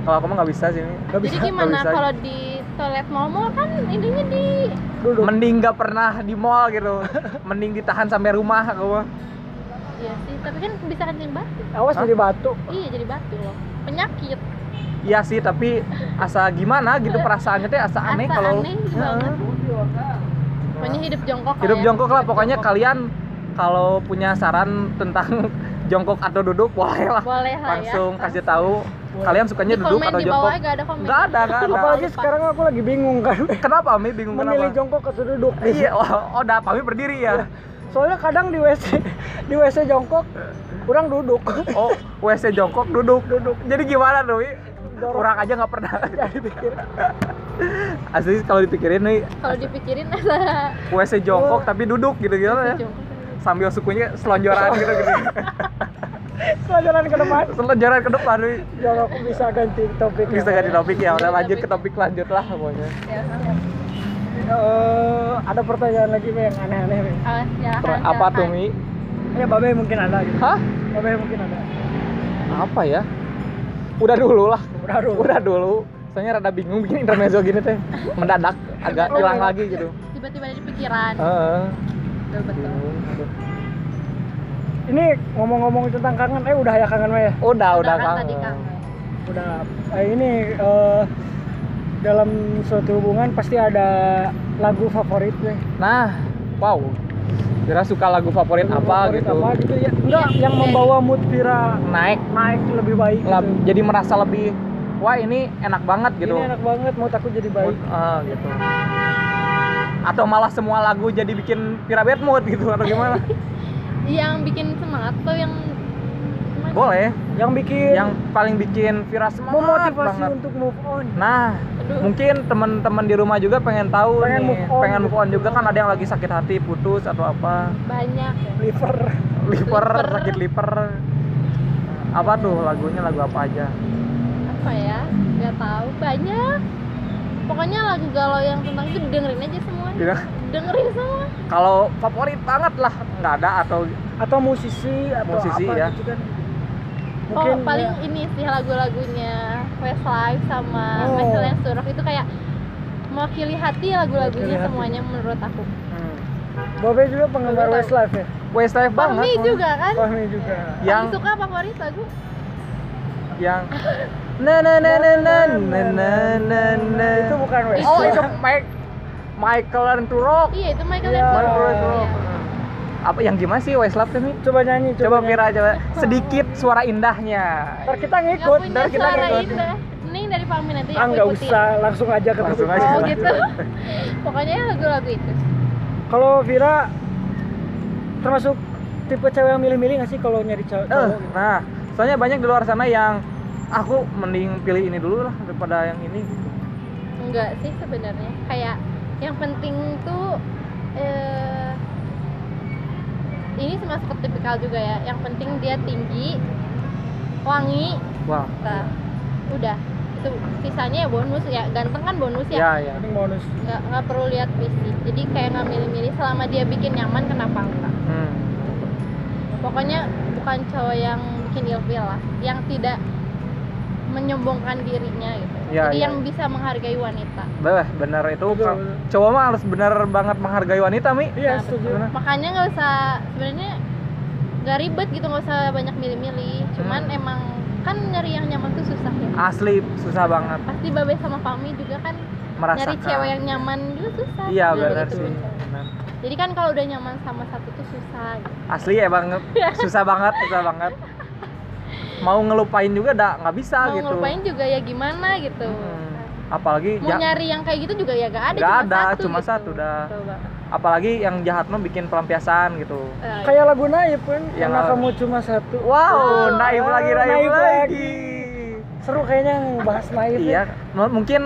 Speaker 2: Kalau aku mah nggak bisa sih. Mi.
Speaker 3: Gak
Speaker 1: jadi
Speaker 3: bisa.
Speaker 1: gimana
Speaker 2: nggak bisa.
Speaker 1: kalau di toilet mall-mall kan ininya di
Speaker 3: Duduk.
Speaker 2: Mending nggak pernah di mall gitu. Mending ditahan sampai rumah aku mah.
Speaker 1: iya sih tapi kan bisa kencing batu
Speaker 3: Awas
Speaker 2: Hah?
Speaker 3: jadi batu.
Speaker 1: iya jadi batu loh penyakit
Speaker 2: Iya sih, tapi asa gimana gitu perasaannya teh asa aneh
Speaker 1: Asa
Speaker 2: kalau
Speaker 1: aneh banget. pokoknya hidup jongkok lah
Speaker 2: hidup
Speaker 1: ya.
Speaker 2: jongkok lah pokoknya
Speaker 1: Jongkok.
Speaker 2: kalian kalau punya saran tentang jongkok atau duduk boleh lah.
Speaker 1: boleh lah ya
Speaker 2: Langsung kasih tahu kalian sukanya
Speaker 1: Di
Speaker 2: duduk
Speaker 1: komen
Speaker 2: atau
Speaker 1: di bawah
Speaker 2: jongkok.
Speaker 1: nggak ada komen
Speaker 2: Nggak ada, nggak ada.
Speaker 3: Apalagi sekarang aku lagi bingung kan.
Speaker 2: Kenapa Ami bingung
Speaker 3: Memilih
Speaker 2: kenapa?
Speaker 3: jongkok Iya. atau duduk.
Speaker 2: Iya, wah, oh, udah Ami berdiri ya.
Speaker 3: Soalnya kadang di WC di WC jongkok kurang duduk.
Speaker 2: Oh, WC jongkok duduk. Duduk. Jadi gimana tuh? Mi?
Speaker 3: dorong.
Speaker 2: Kurang aja nggak pernah.
Speaker 3: Jadi pikir
Speaker 2: Asli kalau dipikirin nih
Speaker 1: kalau dipikirin asa
Speaker 2: WC jongkok tapi duduk gitu-gitu ya.
Speaker 1: jongkok.
Speaker 2: Sambil sukunya selonjoran gitu, gitu-gitu.
Speaker 3: setelah jalan ke depan
Speaker 2: Selonjoran ke depan nih.
Speaker 3: jorok bisa ganti topik. ya.
Speaker 2: Bisa ganti topik ya, udah lanjut ke topik lanjut lah pokoknya.
Speaker 1: ya
Speaker 3: Eh, ada pertanyaan lagi Mi, yang aneh-aneh. Mi.
Speaker 1: Ah, silakan,
Speaker 2: Ter- Apa
Speaker 1: silakan.
Speaker 2: tuh Mi?
Speaker 3: Ya babe mungkin ada gitu.
Speaker 2: Hah?
Speaker 3: Babe mungkin ada.
Speaker 2: Apa ya? Udah dulu lah.
Speaker 3: Udah dulu.
Speaker 2: Udah dulu. Soalnya rada bingung bikin intermezzo gini teh. Mendadak agak hilang lagi gitu.
Speaker 1: tiba-tiba ada di pikiran
Speaker 2: Heeh.
Speaker 1: betul betul
Speaker 2: Bingung, aduh.
Speaker 3: Ini ngomong-ngomong tentang kangen, eh udah ya kangen mah ya.
Speaker 2: Udah, udah,
Speaker 1: kan
Speaker 2: kangen.
Speaker 1: tadi kangen
Speaker 3: Udah. Eh, ini eh, dalam suatu hubungan pasti ada lagu favorit deh.
Speaker 2: Nah, wow. Vira suka lagu favorit
Speaker 3: Lagu
Speaker 2: apa
Speaker 3: favorit
Speaker 2: gitu?
Speaker 3: Apa gitu ya? Enggak, yang membawa mood Vira
Speaker 2: Naik,
Speaker 3: naik lebih baik.
Speaker 2: lab-
Speaker 3: Gitu.
Speaker 2: jadi merasa lebih wah ini enak banget gitu.
Speaker 3: Ini enak banget, mood aku jadi
Speaker 2: Mood,
Speaker 3: baik.
Speaker 2: eh, gitu. Atau malah semua lagu jadi bikin Vira bad mood gitu atau gimana?
Speaker 1: yang bikin semangat atau yang gimana?
Speaker 2: Boleh.
Speaker 3: Yang bikin
Speaker 2: Yang paling bikin Vira semangat
Speaker 3: memotivasi
Speaker 2: banget.
Speaker 3: untuk move on.
Speaker 2: Nah,
Speaker 1: Aduh.
Speaker 2: mungkin teman-teman di rumah juga pengen tahu
Speaker 3: Pengen
Speaker 2: nih,
Speaker 3: move on
Speaker 2: pengen
Speaker 3: gitu.
Speaker 2: move on juga kan ada yang lagi sakit hati, putus atau apa,
Speaker 1: banyak ya
Speaker 3: Liver.
Speaker 2: liver,
Speaker 1: Liver.
Speaker 2: sakit liver. Apa tuh lagunya lagu apa aja?
Speaker 1: apa ya nggak tahu banyak pokoknya lagu galau yang tentang itu dengerin aja semua
Speaker 2: Gitu.
Speaker 1: dengerin semua
Speaker 2: Kalau favorit banget lah nggak ada atau Hmm,
Speaker 3: atau musisi atau
Speaker 2: Musisi,
Speaker 3: apa
Speaker 2: ya.
Speaker 3: gitu kan.
Speaker 1: oh paling
Speaker 3: ya.
Speaker 1: ini sih lagu-lagunya Westlife sama
Speaker 3: Oh.
Speaker 1: National yang Surf itu kayak mewakili hati
Speaker 3: Mewakili
Speaker 1: lagu-lagunya
Speaker 3: hati.
Speaker 1: semuanya menurut aku
Speaker 3: Bobe juga
Speaker 1: Bobe
Speaker 3: penggemar
Speaker 1: tahu.
Speaker 3: Westlife ya.
Speaker 2: Westlife banget.
Speaker 1: Fahmi
Speaker 2: Bang.
Speaker 1: juga kan
Speaker 3: Fahmi juga.
Speaker 2: Yang
Speaker 1: Fahmi suka favorit lagu
Speaker 2: yang na na na na na na na na na.
Speaker 3: Itu bukan Westlife.
Speaker 2: Oh itu Mike Michael and to Rock.
Speaker 1: iya itu Michael
Speaker 3: Iya.
Speaker 1: Jackson
Speaker 2: Michael and to
Speaker 1: Iya.
Speaker 2: Rock. Apa yang gimana sih Westlife tuh Mi?
Speaker 3: Coba nyanyi,
Speaker 2: Coba
Speaker 3: nyanyi.
Speaker 2: Mira coba sedikit suara indahnya.
Speaker 3: Ntar kita
Speaker 1: nggak
Speaker 3: ngikut,
Speaker 1: punya
Speaker 3: ntar kita
Speaker 1: suara
Speaker 3: ngikut.
Speaker 1: indah mending dari Fahmi nanti
Speaker 3: Ah
Speaker 1: aku
Speaker 3: nggak
Speaker 1: ikutin
Speaker 3: usah, langsung aja ke
Speaker 2: Langsung
Speaker 3: topik.
Speaker 2: aja.
Speaker 1: oh gitu pokoknya lagu-lagu itu
Speaker 3: Kalau Vira termasuk tipe cewek yang milih-milih nggak sih kalau nyari cowok? gitu?
Speaker 2: Eh, nah, soalnya banyak di luar sana yang aku mending pilih ini dulu lah daripada yang ini.
Speaker 1: enggak sih sebenarnya kayak yang penting tuh eh, ini termasuk tipikal juga ya yang penting dia tinggi wangi
Speaker 2: Wah.
Speaker 1: nah, udah itu sisanya ya bonus ya ganteng kan bonus ya
Speaker 2: Ya ya.
Speaker 3: Mending bonus.
Speaker 1: nggak nggak perlu lihat fisik jadi kayak nggak milih-milih selama dia bikin nyaman kenapa enggak
Speaker 2: Hmm.
Speaker 1: pokoknya bukan cowok yang bikin ilfil lah yang tidak menyombongkan dirinya gitu
Speaker 2: Ya,
Speaker 1: jadi
Speaker 2: ya.
Speaker 1: yang bisa menghargai wanita
Speaker 2: Bah, bener itu
Speaker 3: Betul,
Speaker 2: Kak.
Speaker 3: betul.
Speaker 2: cowok mah harus bener banget menghargai wanita mi
Speaker 1: Nah,
Speaker 3: Iya, setuju.
Speaker 2: betul.
Speaker 1: makanya nggak usah sebenarnya nggak ribet gitu nggak usah banyak milih-milih cuman
Speaker 2: Hmm.
Speaker 1: emang kan nyari yang nyaman tuh susah ya
Speaker 2: asli susah banget
Speaker 1: pasti babe sama Fami juga kan
Speaker 2: merasakan
Speaker 1: nyari cewek yang nyaman juga susah
Speaker 2: iya
Speaker 1: Nah,
Speaker 2: bener
Speaker 1: gitu.
Speaker 2: sih Bener.
Speaker 1: jadi kan kalau udah nyaman sama satu tuh susah gitu.
Speaker 2: asli emang susah banget susah banget mau ngelupain juga dah nggak bisa
Speaker 1: mau
Speaker 2: gitu
Speaker 1: ngelupain juga ya gimana gitu
Speaker 2: Hmm. apalagi
Speaker 1: mau
Speaker 2: ja-
Speaker 1: nyari yang kayak gitu juga ya gak ada
Speaker 2: Nggak ada,
Speaker 1: satu
Speaker 2: cuma
Speaker 1: gitu.
Speaker 2: satu dah.
Speaker 1: Betul banget.
Speaker 2: apalagi yang jahat mah bikin pelampiasan gitu
Speaker 1: Eh,
Speaker 3: Kayak lagu Naif kan,
Speaker 2: Ya,
Speaker 3: karena
Speaker 2: lah.
Speaker 3: kamu cuma satu. Wah,
Speaker 2: wow naif
Speaker 3: Wow,
Speaker 2: lagi naif, lagi,
Speaker 3: naif lagi. seru kayaknya ngebahas Naif. ya.
Speaker 2: iya M- mungkin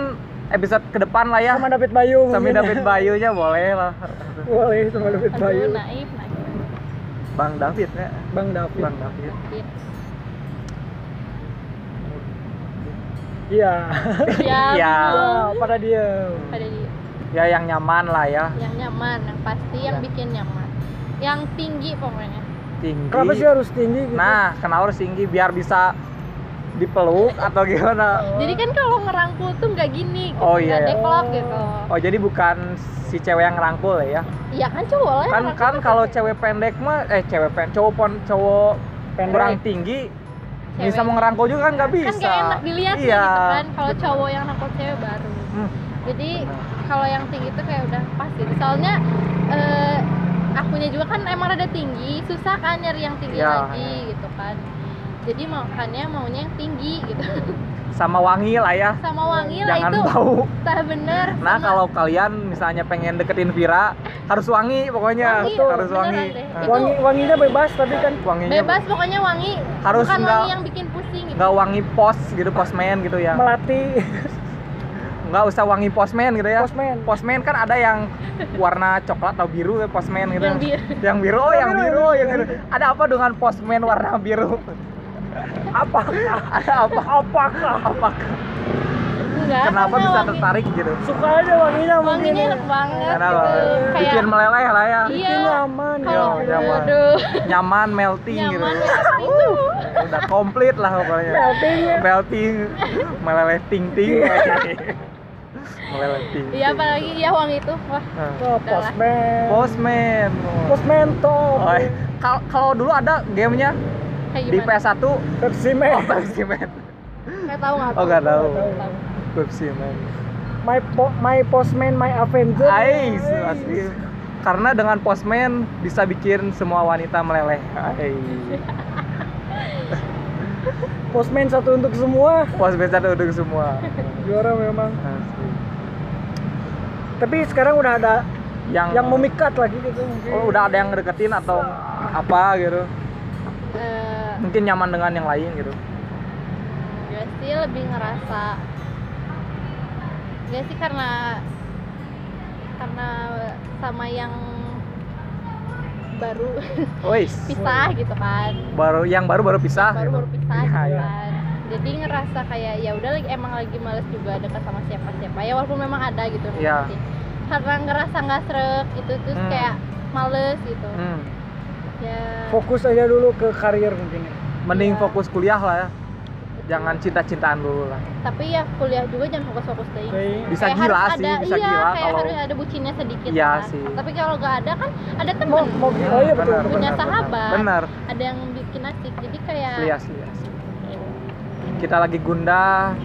Speaker 2: episode ke depan lah ya
Speaker 3: Sama David Bayu.
Speaker 2: sampai
Speaker 3: mungkin.
Speaker 2: David Bayunya boleh lah
Speaker 3: Boleh sama David
Speaker 1: aduh,
Speaker 3: Bayu.
Speaker 1: naif naif
Speaker 2: Bang David ya
Speaker 3: Bang David.
Speaker 2: Bang David
Speaker 1: Gitu.
Speaker 3: Iya.
Speaker 1: ya,
Speaker 2: Iya.
Speaker 1: betul.
Speaker 3: Wah, pada dia.
Speaker 1: pada dia
Speaker 2: ya yang nyaman lah ya
Speaker 1: yang nyaman yang pasti yang
Speaker 2: Ya.
Speaker 1: bikin nyaman yang tinggi pokoknya
Speaker 2: tinggi
Speaker 3: Kenapa sih harus tinggi gitu?
Speaker 2: Nah, kenapa harus tinggi biar bisa dipeluk atau gimana?
Speaker 1: jadi kan kalau ngerangkul tuh nggak gini gitu,
Speaker 2: Oh,
Speaker 1: nggak
Speaker 2: iya, iya.
Speaker 1: deklok gitu
Speaker 2: Oh, jadi bukan si cewek yang rangkul ya?
Speaker 1: iya kan cowok lah yang
Speaker 2: Kan
Speaker 1: ngerangkul
Speaker 2: kan
Speaker 1: tuh
Speaker 2: kalau
Speaker 1: cewek.
Speaker 2: cewek pendek mah eh cewek pendek cowok pon cowok
Speaker 3: Pendek.
Speaker 2: kurang tinggi
Speaker 1: Cewek.
Speaker 2: bisa mau ngerangkul juga kan nggak bisa.
Speaker 1: kan kayak enak dilihat
Speaker 2: iya.
Speaker 1: gitu kan kalau cowok yang nangkul cewek baru
Speaker 2: Hmm.
Speaker 1: jadi kalau yang tinggi tuh kayak udah pas gitu soalnya eh, akunya juga kan emang rada tinggi susah kan nyari yang tinggi
Speaker 2: Iya,
Speaker 1: lagi
Speaker 2: iya.
Speaker 1: gitu kan jadi makanya maunya yang tinggi gitu
Speaker 2: Sama wangi lah ya.
Speaker 1: sama wangi lah
Speaker 2: Jangan
Speaker 1: itu
Speaker 2: bau.
Speaker 1: tah bener
Speaker 2: Nah,
Speaker 1: sama-
Speaker 2: kalau kalian misalnya pengen deketin Vira, harus wangi pokoknya,
Speaker 1: Wangi,
Speaker 2: harus
Speaker 1: beneran
Speaker 2: wangi.
Speaker 1: deh.
Speaker 2: Nah,
Speaker 1: Itu-
Speaker 3: Wangi wanginya bebas tapi kan
Speaker 2: wanginya
Speaker 1: bebas pokoknya wangi
Speaker 2: Harus
Speaker 1: bukan
Speaker 2: enggak-
Speaker 1: wangi yang bikin pusing gitu
Speaker 2: nggak wangi pos gitu posmen gitu ya
Speaker 3: melatih
Speaker 2: nggak usah wangi posmen gitu ya
Speaker 3: posmen
Speaker 2: posmen kan ada yang warna coklat atau biru ya, posmen gitu
Speaker 1: yang biru
Speaker 2: yang biru oh, yang biru yang biru ada apa dengan posmen warna biru apa ada apa apakah apakah
Speaker 1: enggak
Speaker 2: kenapa
Speaker 1: karena
Speaker 2: bisa
Speaker 1: wangi-
Speaker 2: tertarik gitu
Speaker 3: suka aja wanginya mungkin
Speaker 1: wanginya
Speaker 3: ya.
Speaker 1: enak banget
Speaker 2: karena
Speaker 1: gitu. kayak
Speaker 2: bikin meleleh lah ya
Speaker 1: Iya.
Speaker 3: bikin nyaman
Speaker 2: Iya,
Speaker 1: kalau
Speaker 2: nyaman.
Speaker 1: waduh
Speaker 2: nyaman melting
Speaker 1: nyaman ya.
Speaker 2: gitu udah komplit lah pokoknya
Speaker 3: melting ya
Speaker 2: melting meleleh ting ting meleleh Nah. ting
Speaker 1: iya apalagi ya wangi itu wah
Speaker 3: Oh, posmen
Speaker 2: posmen
Speaker 3: posmen top
Speaker 2: Oh, eh. Kal- kalau dulu ada gamenya
Speaker 1: kayak
Speaker 2: di
Speaker 1: gimana
Speaker 2: PS1
Speaker 3: Pepsi Man
Speaker 2: Oh, Pepsi Man
Speaker 1: nggak tahu nggak
Speaker 2: oh nggak tahu
Speaker 3: Nggak
Speaker 1: tahu.
Speaker 2: Pepsi Man
Speaker 3: my po my postman my avenger
Speaker 2: Ais, asli. Karena dengan postman bisa bikin semua wanita meleleh. Ais.
Speaker 3: postman satu untuk semua
Speaker 2: Postman satu untuk semua.
Speaker 3: juara memang
Speaker 2: Asli.
Speaker 3: tapi sekarang udah ada
Speaker 2: Yang,
Speaker 3: yang memikat lagi gitu mungkin
Speaker 2: oh, udah ada yang deketin atau apa gitu.
Speaker 1: Eh,
Speaker 2: Mungkin nyaman dengan yang lain gitu.
Speaker 1: gue sih lebih ngerasa gue sih karena karena sama yang baru
Speaker 2: Wais.
Speaker 1: pisah gitu kan
Speaker 2: Baru yang baru baru pisah.
Speaker 1: baru
Speaker 2: gitu.
Speaker 1: baru pisah
Speaker 2: Ya,
Speaker 1: gitu
Speaker 2: ya.
Speaker 1: kan jadi ngerasa kayak ya udah lagi emang lagi males juga dekat sama siapa siapa ya walaupun memang ada gitu
Speaker 2: Iya.
Speaker 1: sih. karena ngerasa nggak srek itu terus
Speaker 2: Hmm.
Speaker 1: kayak males gitu
Speaker 2: Hmm. Oh.
Speaker 1: ya
Speaker 3: fokus aja dulu ke karir mungkin ya.
Speaker 2: Mending
Speaker 1: Iya.
Speaker 2: fokus kuliah lah ya.
Speaker 1: betul.
Speaker 2: Jangan cinta-cintaan dulu lah.
Speaker 1: tapi ya kuliah juga jangan fokus fokus deh
Speaker 3: Kayak-
Speaker 2: Bisa
Speaker 1: Kayak
Speaker 2: gila
Speaker 1: harus
Speaker 2: sih,
Speaker 1: ada-
Speaker 2: bisa
Speaker 1: iya,
Speaker 2: gila
Speaker 1: kayak
Speaker 2: kalau
Speaker 1: harus ada bucinnya sedikit
Speaker 2: Iya
Speaker 1: lah.
Speaker 2: sih.
Speaker 1: tapi kalau nggak ada kan ada temen
Speaker 3: mau mau oh iya betul,
Speaker 2: Benar,
Speaker 1: Punya
Speaker 3: betul.
Speaker 2: benar, benar.
Speaker 1: sahabat. Iya.
Speaker 2: Benar.
Speaker 1: ada yang bikin asik jadi kayak
Speaker 2: Lias, lias. Kita lagi gundah,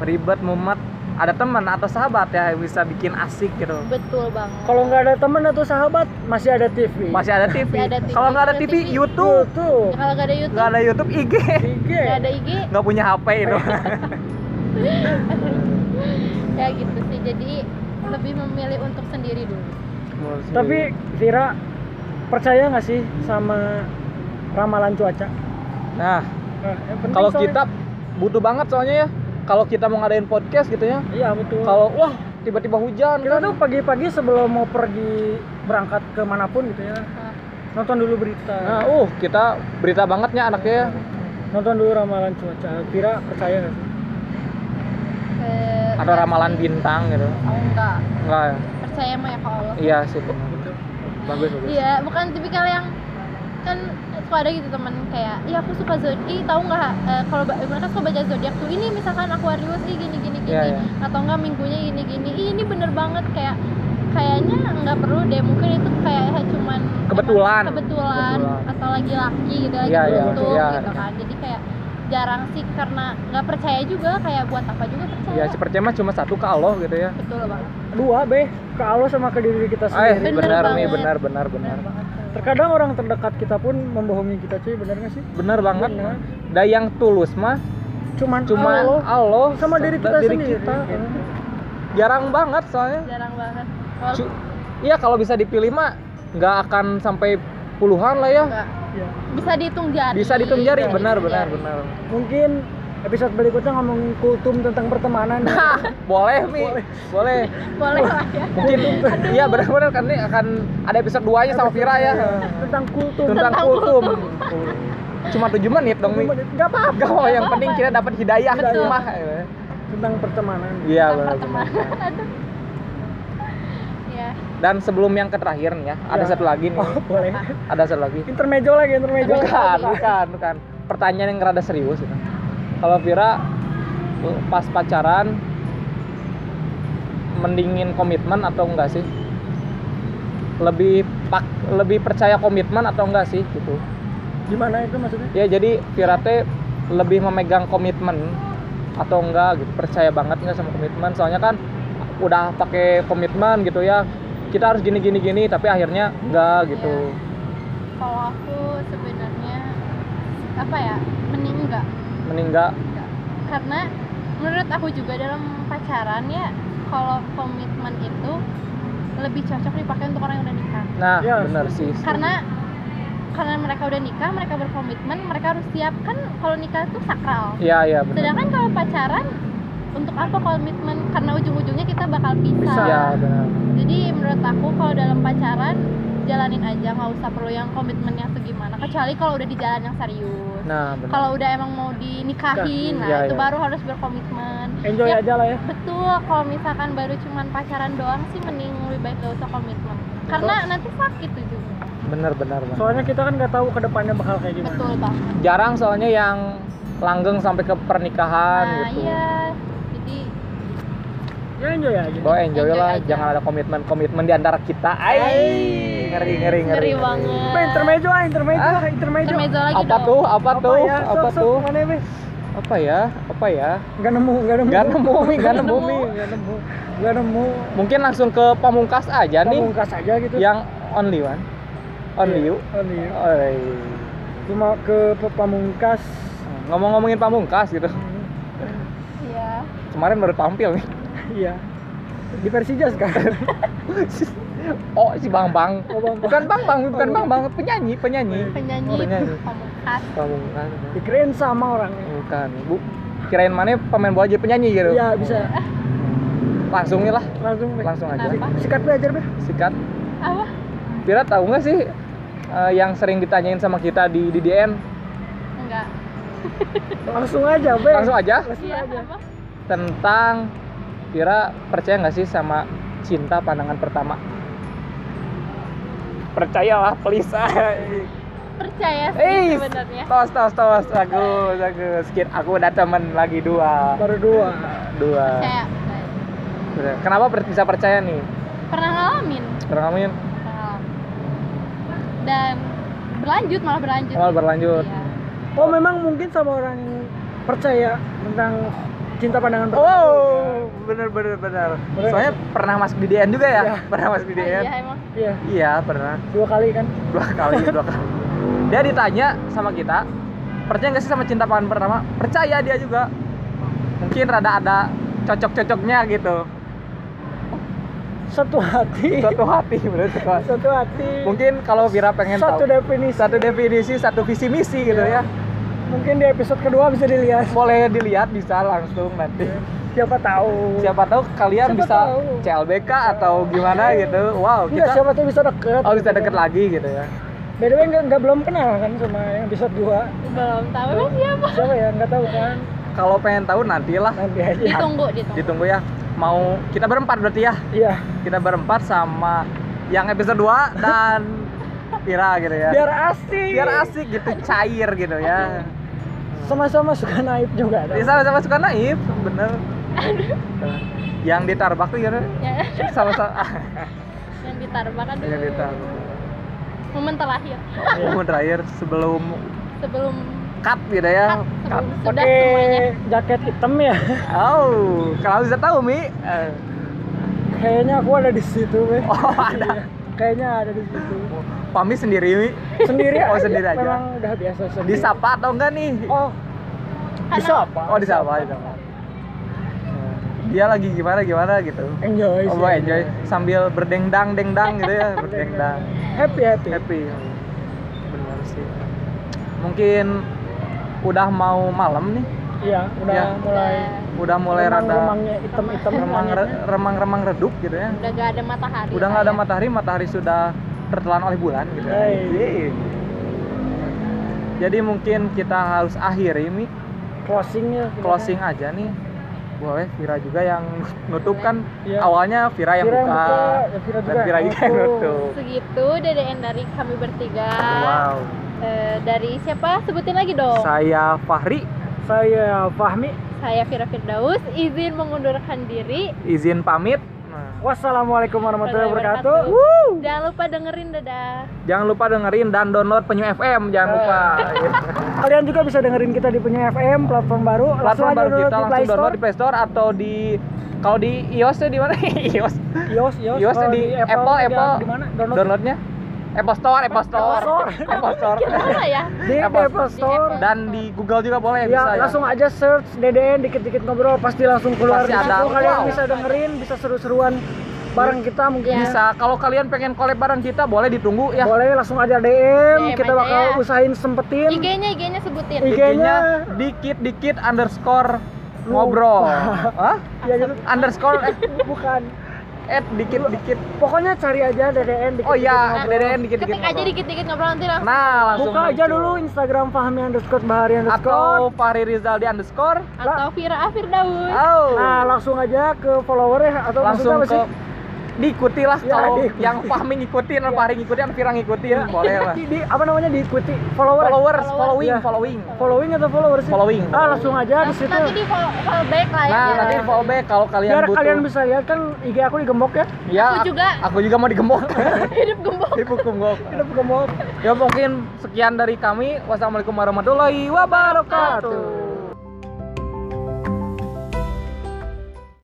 Speaker 2: ribet, mumet. Ada teman atau sahabat ya yang bisa bikin asik gitu.
Speaker 1: betul banget
Speaker 3: kalau nggak ada teman atau sahabat masih ada TV
Speaker 2: Masih ada TV.
Speaker 1: Masih ada TV,
Speaker 2: Kalau nggak ada
Speaker 1: ada
Speaker 2: TV,
Speaker 1: TV.
Speaker 2: YouTube.
Speaker 1: Ya,
Speaker 3: tuh
Speaker 1: kalau nggak ada YouTube
Speaker 2: Nggak ada YouTube, IG.
Speaker 3: IG
Speaker 1: nggak ada IG
Speaker 2: Nggak punya HP itu.
Speaker 1: ya gitu sih jadi lebih memilih untuk sendiri dulu
Speaker 3: tapi Vira percaya nggak sih sama ramalan cuaca
Speaker 2: nah,
Speaker 3: Nah, yang penting
Speaker 2: kalau
Speaker 3: soalnya-
Speaker 2: kita butuh banget soalnya ya. Kalau kita mau ngadain podcast gitu ya.
Speaker 3: iya betul
Speaker 2: Kalau wah tiba-tiba hujan
Speaker 3: kita
Speaker 2: kan.
Speaker 3: tuh pagi-pagi sebelum mau pergi berangkat ke manapun gitu ya
Speaker 1: Nah,
Speaker 3: nonton dulu berita
Speaker 2: Nah, uh kita berita bangetnya anaknya. ya.
Speaker 3: nonton dulu ramalan cuaca Vira percaya nggak sih
Speaker 1: eh,
Speaker 2: Ada ramalan bintang gitu.
Speaker 1: oh, enggak
Speaker 2: Enggak ya?
Speaker 1: percaya mah ya ke Allah
Speaker 2: Iya sih benar. Bagus bagus.
Speaker 1: iya bukan tipikal yang kan suka ada gitu temen kayak iya aku suka zodiak tahu nggak eh, kalau ba- mereka suka baca zodiak tuh ini misalkan Aquarius ini gini gini gini
Speaker 2: Iya, iya.
Speaker 1: atau enggak minggunya gini gini Ih, ini bener banget kayak kayaknya nggak perlu deh mungkin itu kayak ya cuman emang
Speaker 2: Kebetulan.
Speaker 1: kebetulan
Speaker 2: Kebetulan.
Speaker 1: atau lagi laki gitu lagi
Speaker 2: Iya,
Speaker 3: iya,
Speaker 1: beruntung
Speaker 2: iya,
Speaker 1: gitu
Speaker 2: iya.
Speaker 1: kan jadi kayak jarang sih karena nggak percaya juga kayak buat apa juga percaya
Speaker 2: Ya sepertinya mah cuma satu ke Allah gitu ya.
Speaker 1: betul banget
Speaker 3: dua be ke Allah sama ke diri kita
Speaker 2: Eh,
Speaker 3: sendiri
Speaker 1: Bener
Speaker 2: benar nih,
Speaker 1: banget.
Speaker 2: benar
Speaker 1: benar
Speaker 2: benar benar.
Speaker 1: banget tuh.
Speaker 3: terkadang orang terdekat kita pun membohongi kita cuy benar nggak sih
Speaker 2: Benar banget.
Speaker 3: Benar.
Speaker 2: Da yang tulus mah
Speaker 3: cuman
Speaker 2: cuma
Speaker 3: Allah
Speaker 2: Allah,
Speaker 3: sama diri kita
Speaker 2: diri
Speaker 3: sendiri
Speaker 2: kita. Jarang banget soalnya.
Speaker 1: jarang banget
Speaker 2: Cu- Iya kalau bisa dipilih mah nggak akan sampai puluhan lah ya.
Speaker 1: Enggak.
Speaker 3: Iya.
Speaker 1: bisa dihitung jari Iya.
Speaker 2: Bisa dihitung jari,
Speaker 1: Bisa
Speaker 2: benar
Speaker 1: dihitung
Speaker 2: benar
Speaker 1: jari.
Speaker 2: benar.
Speaker 3: mungkin episode berikutnya ngomongin kultum tentang pertemanan ya.
Speaker 2: Hah, boleh Mi. Boleh.
Speaker 1: boleh
Speaker 2: Oh.
Speaker 1: lah ya
Speaker 2: Mungkin iya benar-benar kan ini akan ada episode 2 nya sama Vira ya.
Speaker 3: Iya, tentang kultum
Speaker 2: Tentang kultum. Cuma 7 menit dong Mi.
Speaker 3: nggak apa
Speaker 2: Gak apa yang penting kita dapat hidayah Iya, di
Speaker 1: Betul.
Speaker 2: rumah.
Speaker 3: tentang pertemanan
Speaker 2: Iya
Speaker 1: Tentang
Speaker 2: benar.
Speaker 1: pertemanan. Aduh. ya
Speaker 2: Dan sebelum yang ke terakhir nih ya, ada
Speaker 3: Ya.
Speaker 2: satu lagi nih.
Speaker 3: oh Iya, boleh
Speaker 2: Ada satu lagi.
Speaker 3: intermejo lagi intermejo
Speaker 1: Intermezzo.
Speaker 2: Bukan, bukan, bukan. Pertanyaan yang rada serius itu. Kalau Vira pas pacaran mendingin komitmen atau enggak sih? Lebih pak lebih percaya komitmen atau enggak sih gitu.
Speaker 3: gimana itu maksudnya
Speaker 2: Ya jadi Vira teh lebih memegang komitmen atau enggak gitu. Percaya banget enggak sama komitmen? Soalnya kan udah pakai komitmen gitu ya. Kita harus gini gini gini tapi akhirnya enggak gitu.
Speaker 1: kalau aku sebenarnya apa ya mending enggak
Speaker 2: Mending enggak.
Speaker 1: karena menurut aku juga dalam pacaran ya kalau komitmen itu lebih cocok dipakai untuk orang yang udah nikah
Speaker 2: Nah,
Speaker 3: Ya,
Speaker 2: benar sih.
Speaker 1: karena karena mereka udah nikah mereka berkomitmen mereka harus siap kan kalau nikah tuh sakral
Speaker 2: Iya iya benar.
Speaker 1: sedangkan kalau pacaran untuk apa komitmen karena ujung-ujungnya kita bakal pisah
Speaker 2: Iya benar.
Speaker 1: jadi menurut aku kalau dalam pacaran jalanin aja nggak usah perlu yang komitmen yang segimana kecuali kalau udah di jalan yang serius
Speaker 2: Nah benar.
Speaker 1: kalau udah emang mau dinikahin nah
Speaker 2: Iya,
Speaker 1: itu
Speaker 2: iya.
Speaker 1: baru harus berkomitmen
Speaker 3: enjoy
Speaker 1: Ya.
Speaker 3: aja lah ya
Speaker 1: betul kalau misalkan baru cuman pacaran doang sih mending lebih baik gak usah komitmen karena nanti sakit ujungnya
Speaker 2: Benar benar benar.
Speaker 3: soalnya kita kan nggak tahu kedepannya bakal kayak gimana
Speaker 2: Kan,
Speaker 1: betul banget
Speaker 2: Jarang soalnya yang langgeng sampai ke pernikahan
Speaker 1: nah
Speaker 2: gitu.
Speaker 1: iya jadi
Speaker 3: ya enjoy aja
Speaker 2: Bahwa enjoy,
Speaker 1: Enjoy
Speaker 2: lah,
Speaker 1: aja.
Speaker 2: jangan ada komitmen-komitmen di antara kita. Ay, ngeri ngeri ngeri.
Speaker 1: ngeri banget
Speaker 3: Apa, intermezzo ah intermezzo
Speaker 2: Ah,
Speaker 3: lah, intermezzo
Speaker 1: intermezzo lagi
Speaker 2: Apa
Speaker 1: dong
Speaker 2: tuh? Apa, tuh?
Speaker 3: ya? Sok,
Speaker 2: apa
Speaker 3: sok,
Speaker 2: tuh?
Speaker 3: mana ya, Be?
Speaker 2: Apa ya? Apa ya?
Speaker 3: nggak nemu nggak nemu
Speaker 2: Gak nemu, Mi, gak nemu,
Speaker 1: nemu.
Speaker 2: Mi.
Speaker 3: nggak nemu nggak nemu
Speaker 2: Mungkin langsung ke pamungkas aja nih
Speaker 3: pamungkas aja gitu
Speaker 2: yang only one. Only
Speaker 3: Iya,
Speaker 2: you.
Speaker 3: only you.
Speaker 2: Oi.
Speaker 3: cuma ke pe- pamungkas
Speaker 2: Ngomong-ngomongin pamungkas gitu.
Speaker 1: iya
Speaker 2: Kemarin baru tampil nih.
Speaker 3: iya di kan? Persija sekarang
Speaker 2: Oh, si Bang Bang.
Speaker 3: Oh, Bang Bang.
Speaker 2: Bukan Bang Bang, bukan Bang Bang, penyanyi, penyanyi.
Speaker 1: penyanyi
Speaker 2: Penyanyi.
Speaker 1: pamungkas
Speaker 2: Pamungkas.
Speaker 3: dikirain sama orangnya
Speaker 2: Bukan, Bu. Kirain mana pemain bola jadi penyanyi gitu.
Speaker 3: iya bisa
Speaker 2: Langsung nih lah,
Speaker 3: langsung Be.
Speaker 2: langsung aja.
Speaker 1: Kenapa?
Speaker 3: sikat Be, ajar Be.
Speaker 2: Sikat.
Speaker 1: apa
Speaker 2: Pira tahu nggak sih eh, yang sering ditanyain sama kita di DDN?
Speaker 1: enggak
Speaker 3: langsung aja Be.
Speaker 2: Langsung aja
Speaker 3: Langsung
Speaker 1: iya
Speaker 3: aja.
Speaker 1: apa
Speaker 2: tentang Pira percaya nggak sih sama cinta pandangan pertama? Percayalah, please.
Speaker 1: percaya sih
Speaker 2: Eh,
Speaker 1: sebenarnya
Speaker 2: tos tos tos, bagus bagus. Kit, aku udah temen lagi dua,
Speaker 3: baru dua
Speaker 2: dua.
Speaker 1: percaya
Speaker 2: Kenapa per- bisa percaya nih?
Speaker 1: pernah ngalamin
Speaker 2: Karena kamu
Speaker 1: Pernah ngalamin. dan berlanjut malah berlanjut
Speaker 2: malah berlanjut.
Speaker 1: Iya.
Speaker 3: oh memang mungkin sama orang yang percaya tentang cinta pandangan pertama
Speaker 2: Oh, bener bener bener.
Speaker 3: Bener.
Speaker 2: Soalnya pernah masuk DDN juga ya? Pernah masuk
Speaker 1: Ah,
Speaker 2: DDN.
Speaker 1: iya emang
Speaker 3: iya
Speaker 2: Iya, pernah.
Speaker 3: dua kali kan
Speaker 2: dua kali dua kali dia ditanya sama kita percaya nggak sih sama cinta pangan pertama percaya dia juga mungkin rada ada cocok-cocoknya gitu
Speaker 3: satu hati
Speaker 2: satu hati bener satu hati.
Speaker 3: satu hati
Speaker 2: mungkin kalau Vira pengen
Speaker 3: satu
Speaker 2: tahu
Speaker 3: definisi
Speaker 2: satu definisi satu visi misi gitu ya
Speaker 3: mungkin di episode kedua bisa dilihat
Speaker 2: boleh dilihat bisa langsung nanti
Speaker 3: siapa tahu
Speaker 2: siapa tahu kalian
Speaker 3: Siapa
Speaker 2: bisa
Speaker 3: tahu.
Speaker 2: CLBK atau gimana gitu wow
Speaker 3: Enggak,
Speaker 2: kita
Speaker 3: siapa tahu bisa deket
Speaker 2: oh bisa deket lagi gitu ya
Speaker 3: by the way enggak, enggak belum kenal kan sama yang episode dua
Speaker 1: belum tahu emang siapa
Speaker 3: siapa ya enggak tahu kan
Speaker 2: kalau pengen tahu nantilah
Speaker 3: nanti
Speaker 2: Iya.
Speaker 3: aja
Speaker 1: ditunggu ditunggu
Speaker 2: ditunggu ya mau kita berempat berarti ya
Speaker 3: iya
Speaker 2: kita berempat sama yang episode 2 dan Pira gitu ya.
Speaker 3: Iya. biar asik
Speaker 2: Biar asik gitu, cair gitu ya.
Speaker 3: sama-sama suka naib juga ada.
Speaker 2: Ya, sama-sama suka naif, bener. Yang di Tarbak tuh gitu,
Speaker 1: ya
Speaker 2: sama-sama ah,
Speaker 1: yang ditarbak aduh
Speaker 2: yang di Tarbak.
Speaker 1: momen terakhir
Speaker 2: Momen terakhir sebelum
Speaker 1: sebelum
Speaker 2: cut gitu ya.
Speaker 1: cut, sebelum sudah
Speaker 3: pakai
Speaker 1: semuanya
Speaker 3: jaket hitam ya
Speaker 2: Oh, kalau bisa tahu Mi. Eh,
Speaker 3: kayaknya aku ada di situ Be.
Speaker 2: Oh, ada.
Speaker 3: kayaknya ada di situ
Speaker 2: Pami sendiri Mi.
Speaker 3: sendiri
Speaker 2: Oh, sendiri aja.
Speaker 3: memang udah biasa sendiri
Speaker 2: Disapa atau enggak nih?
Speaker 3: oh
Speaker 1: Karena-
Speaker 3: disapa
Speaker 2: Oh, disapa, disapa. Dia lagi gimana gimana gitu.
Speaker 3: enjoy
Speaker 2: Oh,
Speaker 3: sih.
Speaker 2: boy, enjoy sambil berdengdang dengdang gitu ya, berdengdang.
Speaker 3: happy happy
Speaker 2: Happy. Benar sih. Mungkin udah mau malam nih,
Speaker 3: iya udah
Speaker 2: Ya.
Speaker 3: mulai
Speaker 2: udah mulai rada
Speaker 3: remangnya hitam-hitam
Speaker 2: remang
Speaker 3: remangnya.
Speaker 2: remang-remang redup gitu ya.
Speaker 1: udah gak ada matahari
Speaker 2: Udah nggak ada
Speaker 1: Kayak
Speaker 2: matahari, matahari sudah tertelan oleh bulan gitu. ya.
Speaker 3: Hey.
Speaker 2: Yeay. Jadi mungkin kita harus akhiri Mi,
Speaker 3: Iya. closingnya gimana?
Speaker 2: closing aja nih. Boleh Vira juga yang nutup kan.
Speaker 3: Iya.
Speaker 2: Awalnya Vira yang
Speaker 3: Vira yang
Speaker 2: buka,
Speaker 3: buka, ya Vira
Speaker 2: dan
Speaker 3: juga
Speaker 2: Vira juga yang
Speaker 3: nutup.
Speaker 2: nutup.
Speaker 1: segitu DDN dari kami bertiga
Speaker 2: Wow.
Speaker 1: Eh, dari siapa sebutin lagi
Speaker 3: Oh.
Speaker 1: dong
Speaker 2: Saya Fahri,
Speaker 3: saya Fahmi
Speaker 1: saya Fira Firdaus izin mengundurkan diri
Speaker 2: izin pamit.
Speaker 3: wassalamualaikum warahmatullahi wabarakatuh
Speaker 1: jangan lupa dengerin dadah
Speaker 2: Jangan lupa dengerin dan download Penyu FM,
Speaker 3: Eh.
Speaker 2: jangan lupa.
Speaker 3: kalian juga bisa dengerin kita di punya FM platform baru langsung
Speaker 2: Platform
Speaker 3: aja
Speaker 2: baru
Speaker 3: download
Speaker 2: kita
Speaker 3: di Play
Speaker 2: langsung
Speaker 3: Store
Speaker 2: download di Play Store atau di kalau di iOS tuh di mana? iOS.
Speaker 3: iOS
Speaker 2: iOS
Speaker 3: kalau
Speaker 2: di Apple,
Speaker 3: di-
Speaker 2: Apple.
Speaker 3: di mana download
Speaker 2: Downloadnya Apple Store, Apple Store,
Speaker 3: Store.
Speaker 2: Apple Store.
Speaker 1: gimana ya
Speaker 3: di di
Speaker 2: Apple.
Speaker 3: Apple, Store
Speaker 1: Apple.
Speaker 2: Dan di Google juga boleh
Speaker 3: ya
Speaker 2: bisa. ya.
Speaker 3: langsung aja search DDN dikit-dikit ngobrol pasti langsung keluar
Speaker 2: Pasti
Speaker 3: di
Speaker 2: ada.
Speaker 3: situ. kalian
Speaker 2: Wow.
Speaker 3: bisa dengerin bisa seru-seruan bareng kita mungkin
Speaker 1: Iya.
Speaker 2: bisa kalau kalian pengen collab bareng kita boleh ditunggu ya
Speaker 3: Ya. boleh langsung aja DM,
Speaker 1: DM
Speaker 3: kita
Speaker 1: aja
Speaker 3: bakal
Speaker 1: ya.
Speaker 3: usahain sempetin
Speaker 1: IG-nya IG-nya sebutin.
Speaker 3: Iya.
Speaker 2: IG-nya dikit dikit underscore
Speaker 3: Lupa.
Speaker 2: ngobrol Hah?
Speaker 3: ya gitu
Speaker 2: underscore eh,
Speaker 3: bukan
Speaker 2: at dikit dikit
Speaker 3: pokoknya cari aja DDN dikit
Speaker 2: oh ya DDN dikit dikit
Speaker 1: Ah, Ketik aja dikit-dikit ngobrol nanti langsung.
Speaker 2: nah langsung
Speaker 3: buka aja
Speaker 2: muncul.
Speaker 3: dulu Instagram Fahmi underscore Bahari underscore
Speaker 2: atau Fahri Rizal di underscore
Speaker 1: Atau ah, Vira Afir Daud.
Speaker 2: oh
Speaker 3: nah langsung aja ke followernya atau
Speaker 2: langsung
Speaker 3: maksudnya apa
Speaker 2: ke
Speaker 3: sih?
Speaker 2: diikuti lah
Speaker 3: Ya,
Speaker 2: kalau
Speaker 3: diikuti. Ya.
Speaker 2: yang Fahmi ngikutin Fahri ngikutin Fira ngikutin boleh lah
Speaker 3: di, di- apa namanya diikuti follower
Speaker 2: followers
Speaker 1: Follower.
Speaker 2: following
Speaker 3: Ya.
Speaker 2: following
Speaker 1: Nah,
Speaker 3: following atau followers sih?
Speaker 2: following
Speaker 3: ah langsung aja di
Speaker 1: Nanti-
Speaker 3: situ
Speaker 1: Nanti di follow, follow back lah ya.
Speaker 2: nah
Speaker 1: Vira.
Speaker 2: nanti follow back kalau kalian
Speaker 3: biar
Speaker 2: butuh
Speaker 3: kalian bisa lihat kan IG aku digembok ya
Speaker 2: ya
Speaker 1: Aku juga.
Speaker 2: aku juga mau digembok
Speaker 1: Hidup gembok.
Speaker 2: dihukum gua
Speaker 3: kita digembok
Speaker 2: ya mungkin sekian dari kami wassalamualaikum warahmatullahi wabarakatuh